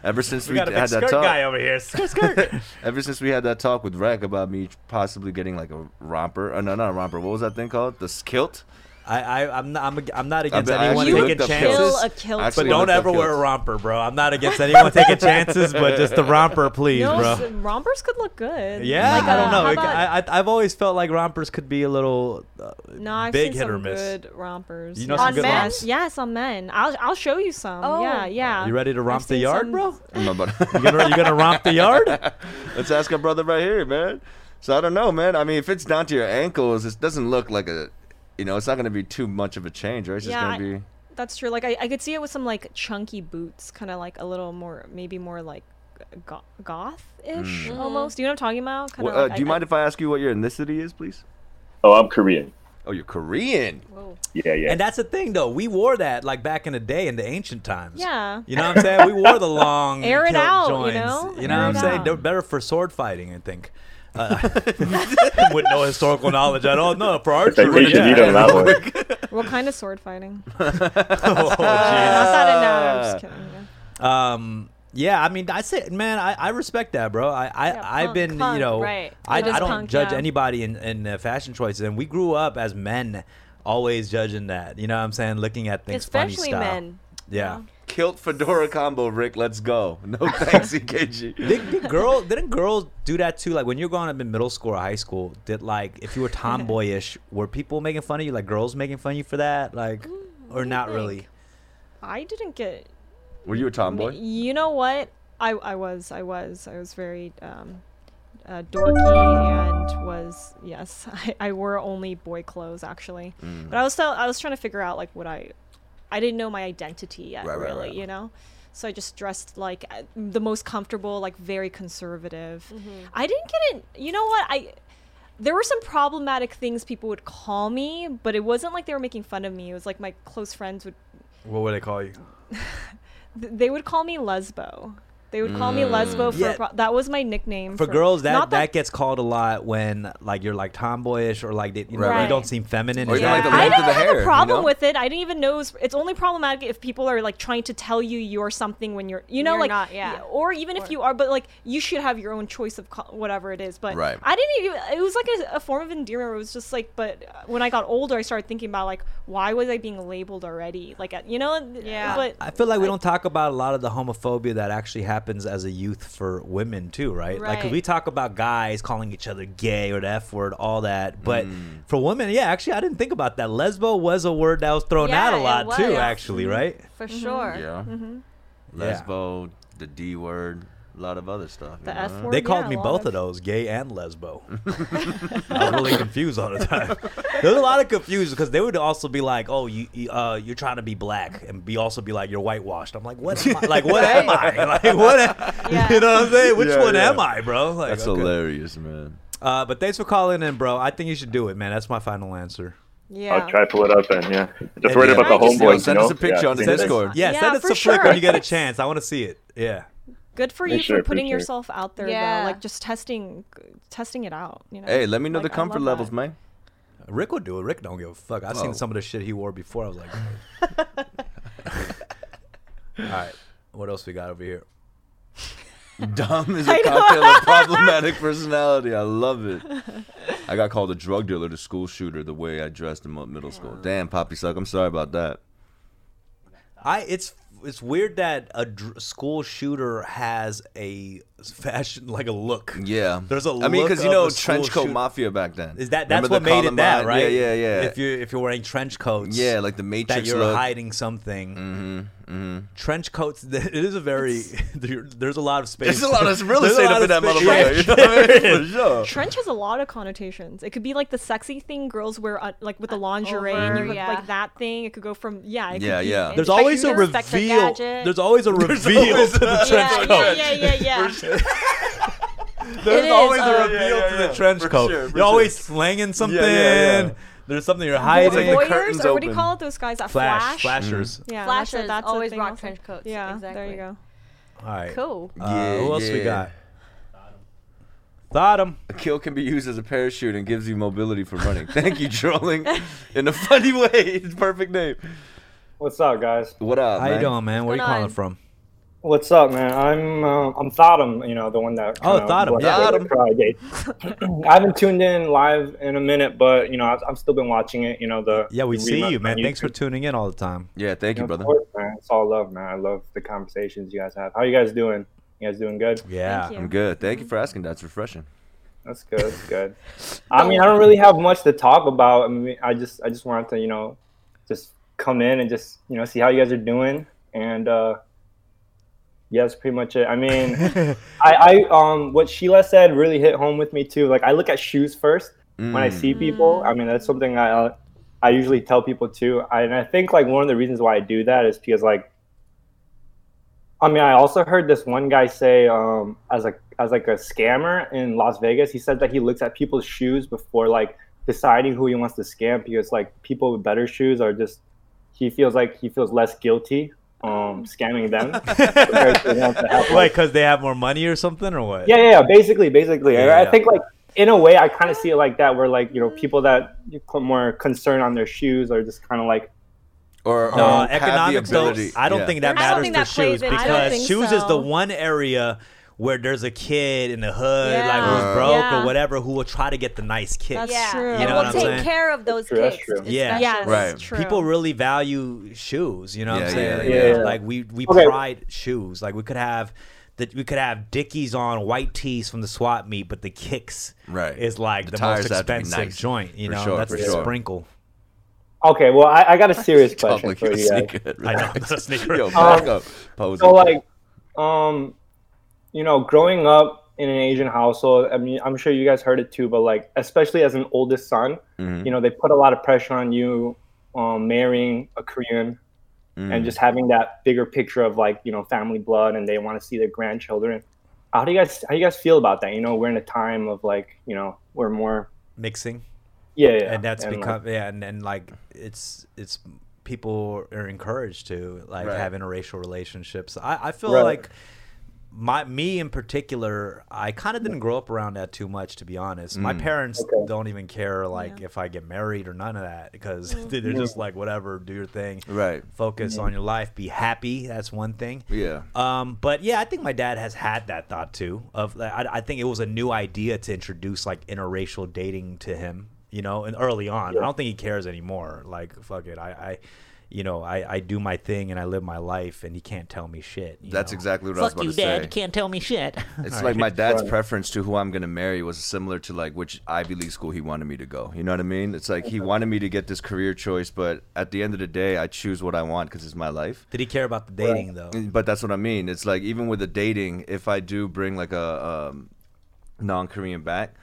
Ever since we, had that talk, over here. Skirt, skirt. ever since we had that talk with Rack about me possibly getting like a romper, uh, no, not a romper. What was that thing called? The skilt. I, I, I'm not, I'm, ag- I'm not I against bet- I anyone actually taking looked up kilts. chances. Kill a kilt. I But actually don't looked up ever wear a kilts. romper, bro. I'm not against anyone taking chances, but just the romper, please, No, bro. s- rompers could look good. Yeah, Like, I don't uh, know. how It- about- I, I, I've always felt like rompers could be a little uh, No, I've big seen hit some or miss. good rompers. You know yeah. some On good men? romps. Yes, on men. I'll I'll show you some. Oh. Yeah, yeah. You ready to romp the seen yard, some- bro? I'm about- You gonna, you gonna romp the yard? Let's ask our brother right here, man. So I don't know, man. I mean, if it's down to your ankles, it doesn't look like a, you know, it's not going to be too much of a change, right? It's Yeah, just going to be. That's true. Like I, I could see it with some like chunky boots, kind of like a little more, maybe more like go- goth-ish Mm. almost. Do you know what I'm talking about? Kinda Well, uh, like- do you I- mind if I ask you what your ethnicity is, please? Oh, I'm Korean. Oh, you're Korean. Yeah, yeah. And that's the thing, though. We wore that like back in the day in the ancient times. Yeah. You know what I'm saying? We wore the long Air it kilt out, you joints. know? You know Air what I'm it saying? out. They're better for sword fighting, I think. Uh, with no historical knowledge at all. No, for archery. Expectation yeah. you don't that one. What kind of sword fighting? Oh, Yeah, jeez. not that I know. I'm just kidding. yeah. Um, yeah, I mean, I say, man, I, I respect that, bro. I, I I've punk, been, you punk, know, right. I, I It is don't punk, judge yeah. anybody in in uh, fashion choices, and we grew up as men always judging that. You know what I'm saying? Looking at things funny Especially style. men. Yeah. Kilt fedora combo, Rick. Let's go. No thanks, E EKG. Did, did girl didn't girls do that too? Like when you're growing up in middle school or high school, did like if you were tomboyish, were people making fun of you? Like girls making fun of you for that? Like Mm, or not really? I didn't get. Were you a tomboy? Um, You know what? I I was I was I was very um, uh, dorky and was yes I, I wore only boy clothes actually. Mm. But I was still I was trying to figure out like what I I didn't know my identity yet Right, right, really right. you know. So I just dressed like uh, the most comfortable, like very conservative. I didn't get it. You know what? I there were some problematic things people would call me, but it wasn't like they were making fun of me. It was like my close friends would What would they call you? th- they would call me lesbo. They would call me Mm. lesbo for Yeah. pro- that was my nickname for girls that, not that gets called a lot when like you're like tomboyish or like that- you, know, Right. you don't seem feminine Or Is even, that- like, the I length don't of the have hair, a you problem know? with it. I didn't even know. It's, it's only problematic if people are like trying to tell you you're something when you're, you know, You're like, not, yeah. Or even if you are, but like you should have your own choice of co- whatever it is. But Right. I didn't even. It was like a, a form of endearment. Where it was just like, but uh, when I got older, I started thinking about like why was I being labeled already? Like, uh, you know, Yeah. But I feel like we don't talk about a lot of the homophobia that actually happens as a youth for women too, right? Like 'cause Right. we talk about guys calling each other gay or the F word, all that, but Mm. for women, yeah, actually I didn't think about that. Lesbo was a word that was thrown Yeah, out a it lot too, was. actually, right? For mm-hmm. sure. Yeah. Lesbo, the D word, a lot of other stuff. the you know? F word. Uh-huh. They called yeah, me a lot both of those, gay and lesbo. I was really confused all the time. There's a lot of confusion because they would also be like, "Oh, you, you uh, you're trying to be black," and be also be like, "You're whitewashed." I'm like, "What? Am I? Like, what am I? Like, what? am- You know what I'm saying? Which Yeah, one yeah. am I, bro?" Like, That's okay. hilarious, man. Uh, but thanks for calling in, bro. I think you should do it, man. That's my final answer. Yeah. I'll try to pull it up and yeah, just Yeah, worried yeah. about the Can I just- homeboy. Send you us know? a picture Yeah, on the send us- Discord. Yeah, Yeah, send us for a flick sure. when you get a chance. I want to see it. Yeah. Good for For you sure, for for putting sure. yourself out there, Yeah. though. Like just testing, testing it out. You know. Hey, let me know Like, the I comfort love levels, that. man. Rick would do it. Rick don't give a fuck. I've Whoa. seen some of the shit he wore before. I was like, all right, what else we got over here? Dumb is a cocktail of problematic personality. I love it. I got called a drug dealer, the school shooter, the way I dressed in mi- middle school. Damn, Poppy Suck. I'm sorry about that. I it's it's weird that a dr- school shooter has a fashion like a look. Yeah. There's a I mean, look because you of know a school trench coat shoot- mafia back then. Is that that's Remember what the made it that Columbine- right? Yeah, yeah, yeah. If you if you're wearing trench coats, yeah, like the that Matrix you're look. hiding something. Mm-hmm, Trench coats. It is a very. there- There's a lot of space. There's a lot of real There's a estate lot up in of that space. motherfucker. You know what I mean? For sure. Trench has a lot of connotations. It could be like the sexy thing girls wear, uh, like with the lingerie, over, and you yeah. have, like that thing. It could go from yeah, it Yeah, could be yeah. There's always a shooter, sex and reveal. gadget. There's always a reveal always to the a- trench yeah, coat. Yeah, yeah, yeah, yeah. There's is, always uh, a Oh, reveal Yeah, yeah, to the yeah. trench For coat. sure, for you're always sure. slanging something. yeah. There's something you're Voy- hiding. like the voyeurs, curtains or what do you open. call it? Those guys that Flash, flash. flashers. Yeah, that's a- Flashes that's a always thing rock also. trench coats. Yeah, there Exactly. you go. All right. Cool. Uh, Mm. Yeah, who else we yeah. got? Thottum. A kill can be used as a parachute and gives you mobility for running. Thank you, trolling. In a funny way. It's perfect name. What's up, guys? What up, How man? you doing, man? Where What's you going calling on? from? What's up, man? I'm uh, I'm Thottum, you know, the one that Oh, kinda Thottum. was- Yeah. was Friday. I haven't tuned in live in a minute, but you know, I've, I've still been watching it. You know, the Yeah, we the see reruns you, on man. Thanks for YouTube. tuning in all the time. Yeah, thank you, Of brother. course, man. It's all love, man. I love the conversations you guys have. How you guys doing? You guys doing good? Yeah. Thank I'm good. Thank you for asking. That's refreshing. That's good. That's good. I mean, I don't really have much to talk about. I mean, I just I just wanted to, you know, just come in and just you know see how you guys are doing, and uh, yeah, that's pretty much it. I mean, I, I um what Sheila said really hit home with me too. Like I look at shoes first when I Mm. see people. I mean, that's something I uh, I usually tell people too, I, and I think like one of the reasons why I do that is because like. I mean, I also heard this one guy say, um, as like as like a scammer in Las Vegas, he said that he looks at people's shoes before like deciding who he wants to scam because like people with better shoes are just he feels like he feels less guilty um, scamming them. compared to the ones that have, Wait, because they have more money or something, or what? yeah, yeah, yeah. Basically, basically, I- Yeah, I, yeah. think like in a way, I kind of see it like that, where like you know people that you put more concern on their shoes are just kind of like Or, No, or Oh, economics. have the ability. Don't, I don't Yeah. think that I don't matters think for that plays shoes in. I don't because think shoes is the so. one area where there's a kid in the hood, like Yeah. who's broke Yeah. or whatever, who will try to get the nice kicks. That's yeah. true. You And know we'll what I'm take saying? care of those true, that's kids. true. Yeah. Yes, Right. true. People really value shoes, you know what Yeah, I'm saying? yeah, Like, yeah. Like we we Okay. pride shoes. Like we could have that we could have Dickies on, white tees from the swap meet, but the kicks Right. is like The the, tires most have to be expensive nice. joint, you For know. sure, That's for the sure. sprinkle. okay. Well, I, I got a serious Talk question like for you're a you guys. Um, sneakerhead. I know, I'm relax. not a sneakerhead. Yo, back up. Pose So like, um, you know, growing up in an Asian household, I mean, I'm sure you guys heard it too, but like, especially as an oldest son, you know, they put a lot of pressure on you, um, marrying a Korean Mm. Hmm. and just having that bigger picture of like, you know, family blood, and they want to see their grandchildren. How do you guys, how do you guys feel about that? You know, we're in a time of like, you know, we're more, Mixing. yeah, yeah, and that's like, become yeah and, and like it's it's people are encouraged to like Right. have interracial relationships i, I feel Right. like my me in particular i kind of didn't grow up around that too much to be honest my parents Mm. Okay. don't even care like if i get married or none of that because they're just like whatever do your thing Right. focus on your life be happy that's one thing Yeah. um, but yeah, I think my dad has had that thought too. Of like, I, I think it was a new idea to introduce like interracial dating to him, you know, and early on. I don't think he cares anymore. Like, fuck it, I, I you know, I, I do my thing and I live my life, and he can't tell me shit. you That's know? exactly what I was about to say. Can't tell me shit. It's like my dad's preference to who I'm gonna marry was similar to like which Ivy League school he wanted me to go. You know what I mean? It's like he wanted me to get this career choice, but at the end of the day, I choose what I want because it's my life. Did he care about the dating though? But that's what I mean. It's like even with the dating, if I do bring like a um, non-Korean back,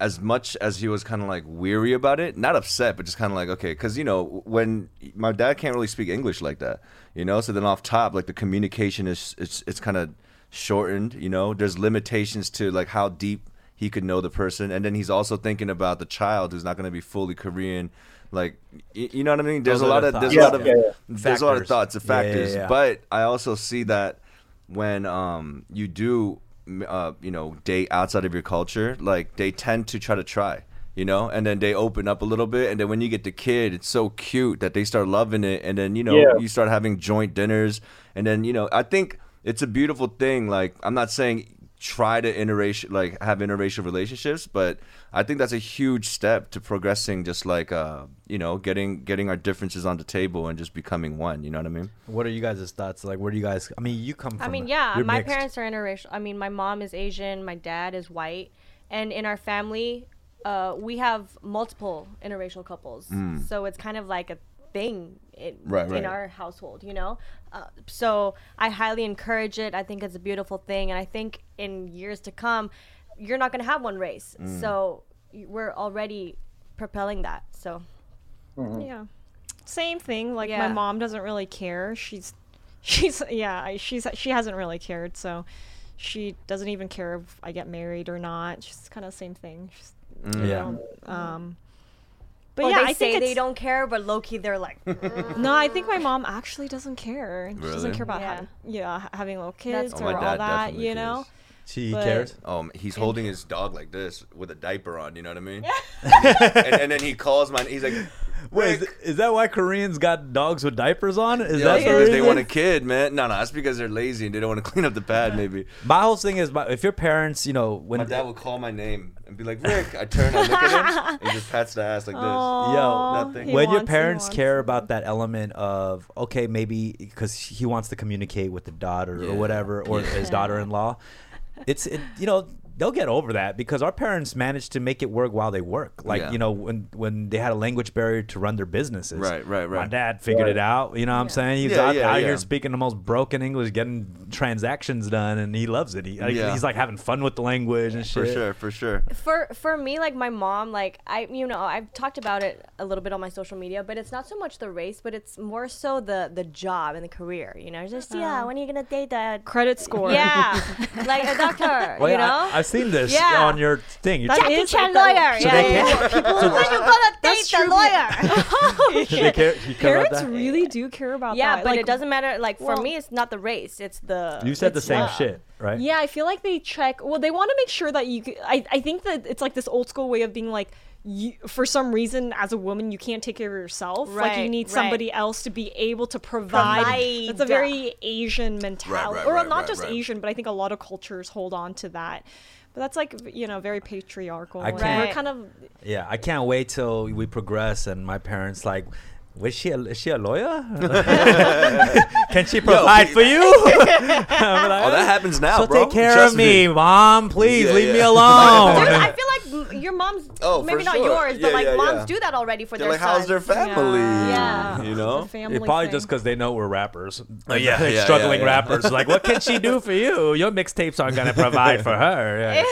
as much as he was kind of like weary about it, not upset, but just kind of like okay, because you know when my dad can't really speak English like that, you know. So then off top, like the communication is it's it's kind of shortened. You know, there's limitations to like how deep he could know the person, and then he's also thinking about the child who's not going to be fully Korean. Like y- you know what I mean? There's Those a lot are the of there's a thoughts. lot of Yeah, yeah, yeah. there's a lot of Factors. thoughts and Yeah, yeah, factors. yeah. But I also see that when um you do m- uh you know date outside of your culture, like they tend to try to try. You know, and then they open up a little bit, and then when you get the kid, it's so cute that they start loving it, and then you know Yeah. you start having joint dinners, and then you know I think it's a beautiful thing. Like I'm not saying try to interracial like have interracial relationships but i think that's a huge step to progressing just like uh you know getting getting our differences on the table and just becoming one you know what i mean What are you guys' thoughts? Like, where do you guys? I mean, you come. from I mean, a- yeah, you're my mixed. parents are interracial. I mean, my mom is Asian, my dad is white, and in our family, uh, we have multiple interracial couples. Mm. So it's kind of like a thing in, Right, in right. our household, you know. Uh, so I highly encourage it. I think it's a beautiful thing, and I think in years to come, you're not going to have one race. Mm. So y- we're already propelling that. So Yeah. Same thing. Like Yeah. my mom doesn't really care. She's, she's yeah. I- She's she hasn't really cared. So, she doesn't even care if I get married or not. She's kind of same thing. She's, Yeah. um. But but yeah, they I say think they it's, don't care, but low key they're like, No, I think my mom actually doesn't care. She Really? doesn't care about Yeah. having, yeah, ha- having little kids Oh, or my all dad that. definitely You know. cares. She But- cares. Um, he's holding his dog like this with a diaper on. You know what I mean? and, and then he calls my. He's like, "Wait, Wait, is, is that why Koreans got dogs with diapers on? Is that the because they reason? want a kid, man? No, no, that's because they're lazy and they don't want to clean up the pad. Maybe My whole thing is, my, if your parents, you know, my when dad would call my name and be like, "Rick." I turn, I look at him, and he just pats the ass like this. Aw, nothing. he He when your wants- he parents wants. care about that element of okay maybe because he wants to communicate with the daughter Yeah. or whatever or his daughter-in-law it's it, you know they'll get over that because our parents managed to make it work while they work like Yeah. you know when when they had a language barrier to run their businesses Right, right, my right. dad figured it out you know what i'm saying he's Yeah, out, yeah, out yeah. here speaking the most broken english getting transactions done and he loves it he, like, Yeah. he's like having fun with the language and shit For sure, for sure. for for me like my mom like i you know i've talked about it a little bit on my social media but it's not so much the race but it's more so the the job and the career you know just yeah when are you gonna date that Credit score. yeah like a doctor Well, you yeah, know I, have seen this Yeah. on your thing You're That tr- is Chan like that- lawyer so yeah, they yeah, can't- yeah. when you gonna date That's the true. lawyer they care, you care about Oh, Parents that? really do care about yeah that. but like, it doesn't matter like for Well- me it's not the race it's the You said the it's same love. shit, right? Yeah, I feel like they check. Well, they want to make sure that you. c- I, I think that it's like this old school way of being like, you, for some reason, as a woman, you can't take care of yourself. like Right, you need right. somebody else to be able to provide. Provide. That's a very Asian mentality, right, or right, not right, just right. Asian, but I think a lot of cultures hold on to that. But that's like you know very patriarchal. I and can't- We're kind of Yeah, I can't wait till we progress and my parents like, was she a, is she a lawyer? Can she provide for you? I'm like, Oh, that happens now, So bro. take care Trust of me, mom. Please Yeah, leave me yeah. alone. Dude, I feel like m- your mom's Oh, for maybe not sure. yours, but Yeah, like yeah, moms yeah. do that already for They're their like, "How's sons." their family?" Yeah. You the know. family. It probably thing. just because they know we're rappers. Like, yeah, yeah, yeah, struggling yeah. rappers. Like, what can she do for you? Your mixtapes aren't gonna provide for her. Yeah.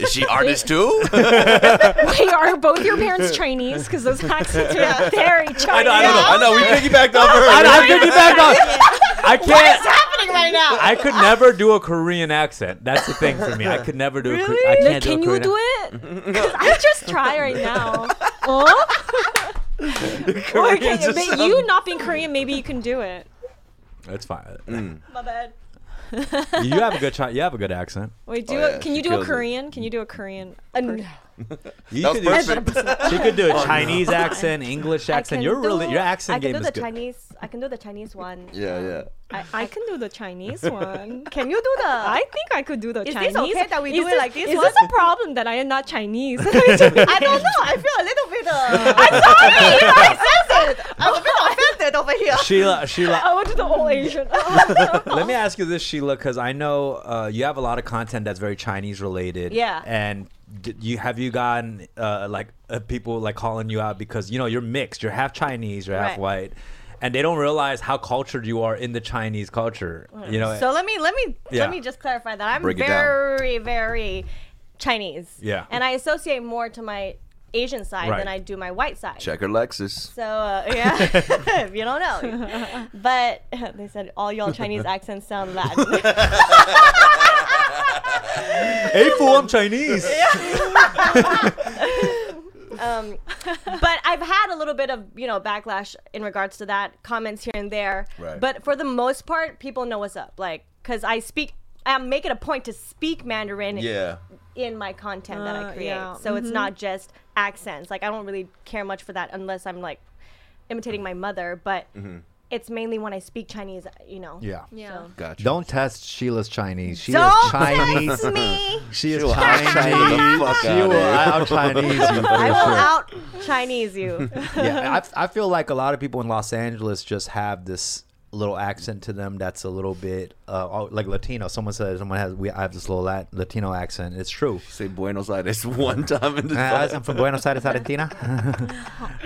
Is she artist too? they are both your parents Chinese because those accents are very Chinese. I know, I don't know. I know. We piggybacked off her. I, I piggyback on. I can't. happening right now. I could never do a Korean accent. That's the thing for me. I could never do. A Kor- I can't Can do a you Korean do it? Because I just try right now. Oh, or can, Koreans are but so- you not being Korean, maybe you can do it. That's fine. My bad. You have a good. Chi- you have a good accent. Wait, do Oh, a- yeah, Can she you do a killed it. Korean? Can you do a Korean? You That was could do- Oh, perfect. she could do a Chinese accent, English I accent. can Your really do- your I accent can game is do the good. Chinese. I can do the Chinese one. Yeah, yeah. I, I can do the Chinese one. Can you do the? I think I could do the Is this Chinese. okay that we do it like this Is one? this a problem that I am not Chinese? I don't know. I feel a little bit. Uh, I'm sorry. I sense it. I'm a bit offended over here. Sheila, Sheila, I went to the whole Asian. let me ask you this, Sheila, because I know uh, you have a lot of content that's very Chinese related. Yeah. And d- you have you gotten uh, like uh, people like calling you out because you know you're mixed, you're half Chinese, you're half Right. white, and they don't realize how cultured you are in the Chinese culture. You know. So let me let me Yeah. let me just clarify that I'm Break it down. very very Chinese. Yeah. And I associate more to my Asian side Right. than I do my white side. Check her Lexus. So uh, yeah, you don't know. But they said all y'all Chinese accents sound Latin. hey fool, I'm Chinese. Um, but I've had a little bit of you know backlash in regards to that, comments here and there. Right. But for the most part, people know what's up. Like, cause I speak, I make it a point to speak Mandarin Yeah. in my content that I Uh, create. yeah. So it's not just accents. Like I don't really care much for that unless I'm like imitating my mother. But Mm-hmm. it's mainly when I speak Chinese. You know. Yeah. So. Gotcha. Don't test Sheila's Chinese. She Don't is Chinese. text me. She is She will Chinese. out-Chinese the fuck she out of will you. out Chinese you for I will sure. out Chinese you. Uh, yeah, I, I feel like a lot of people in Los Angeles just have this little accent to them that's a little bit uh, oh, like Latino. Someone said someone has we I have this little Lat- Latino accent. It's true. Say Buenos Aires one time in the Uh, I'm from Buenos Aires, Argentina.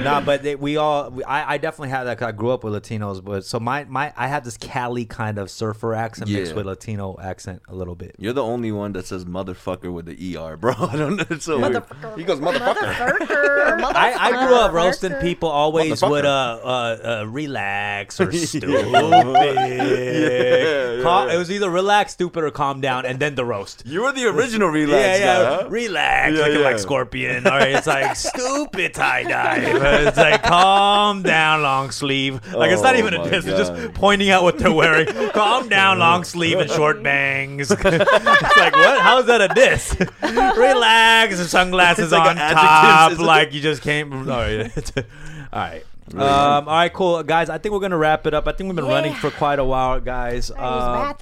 nah, but they, we all, we, I, I definitely had that. 'cause I grew up with Latinos, but so my, my I had this Cali kind of surfer accent mixed Yeah. with Latino accent a little bit. You're the only one that says motherfucker with the ER, bro. I don't know. It's so weird. He goes, motherfucker. I, I grew up roasting people always Motherfucker. with uh, uh, uh relax or stupid. yeah, Cal- yeah. It was either relax, stupid, or calm down, and then the roast. You were the original relax yeah, guy, yeah. huh? Relax, Yeah, looking yeah. like Scorpion. All right, it's like stupid tie dye. It's like calm down, long sleeve. Like it's not Oh even my a diss. It's God. just pointing out what they're wearing. calm down, long sleeve and short bangs. it's like what? How is that a diss? Relax, sunglasses It's like on an top. adjective, isn't it? Like you just came. All right. all right. Um, all right, cool guys. I think we're gonna wrap it up. I think we've been running for quite a while, guys. Um, all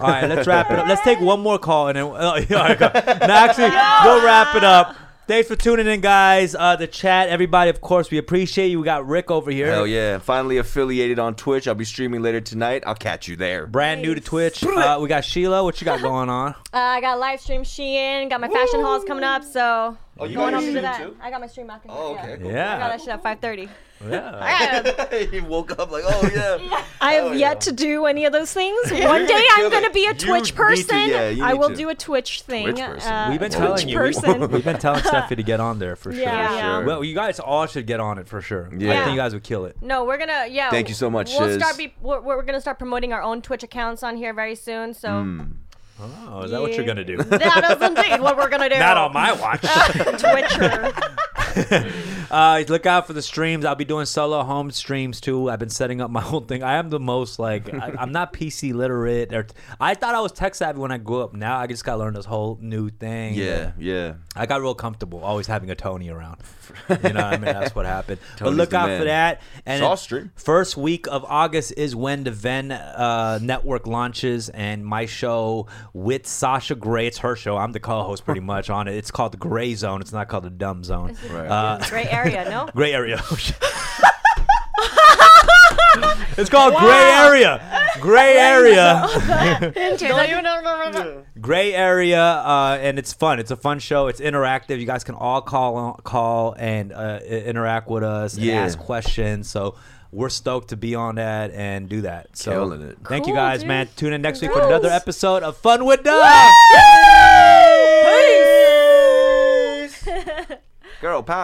right, let's wrap it up. Let's take one more call and then. Oh, yeah, all right, go. No, actually, we'll wrap it up. Thanks for tuning in, guys. Uh, the chat, everybody, of course, we appreciate you. We got Rick over here. Hell yeah. Finally affiliated on Twitch. I'll be streaming later tonight. I'll catch you there. Brand new to Twitch. Uh, we got Sheila. What you got going on? Oh Uh, I got live stream Shein, got my fashion hauls coming up, so Oh, you going got off your to stream that. too? I got my stream after. Oh, that, yeah. okay. cool. I got Yeah. that shit at 5:30. yeah. he woke up like, oh, yeah. I have Oh, yet yeah. to do any of those things. One day I'm kill going to it. be You a Twitch need to- person. yeah, you I need will to. do a Twitch thing. Twitch person. Uh, We've We've been Twitch telling you. We, person. we've been telling Steffi to get on there for sure. Yeah. Sure. Well, you guys all should get on it for sure. I Yeah. think you guys would kill it. No, we're gonna yeah. Thank you so much, We'll Shiz. start be we're, we're gonna start promoting our own Twitch accounts on here very soon. So Mm. Oh, is that what you're gonna do? that is indeed what we're gonna do. Not on my watch. Twitcher. Uh, look out for the streams. I'll be doing solo home streams too. I've been setting up my own thing. I am the most like I, I'm not PC literate. Or I thought I was tech savvy when I grew up. Now I just got to learn this whole new thing. Yeah, yeah. I got real comfortable always having a Tony around. You know what I mean? That's what happened. but Tony's look the out man. for that. And Saw it- stream. first week of August is when the Ven uh, Network launches, and my show with Sasha Gray. It's her show. I'm the co-host pretty much on it. It's called the Gray Zone. It's not called the Dumb Zone. Right. Uh, Gray area, no. Gray area. it's called gray area. Gray area. Don't even know. Gray area, uh, and it's fun. It's a fun show. It's interactive. You guys can all call call and uh, i- interact with us and Yeah. ask questions. So we're stoked to be on that and do that. So Killing it. thank you Cool, guys, dude. man. Tune in next week for Congrats. another episode of Fun with Doug. Girl, power.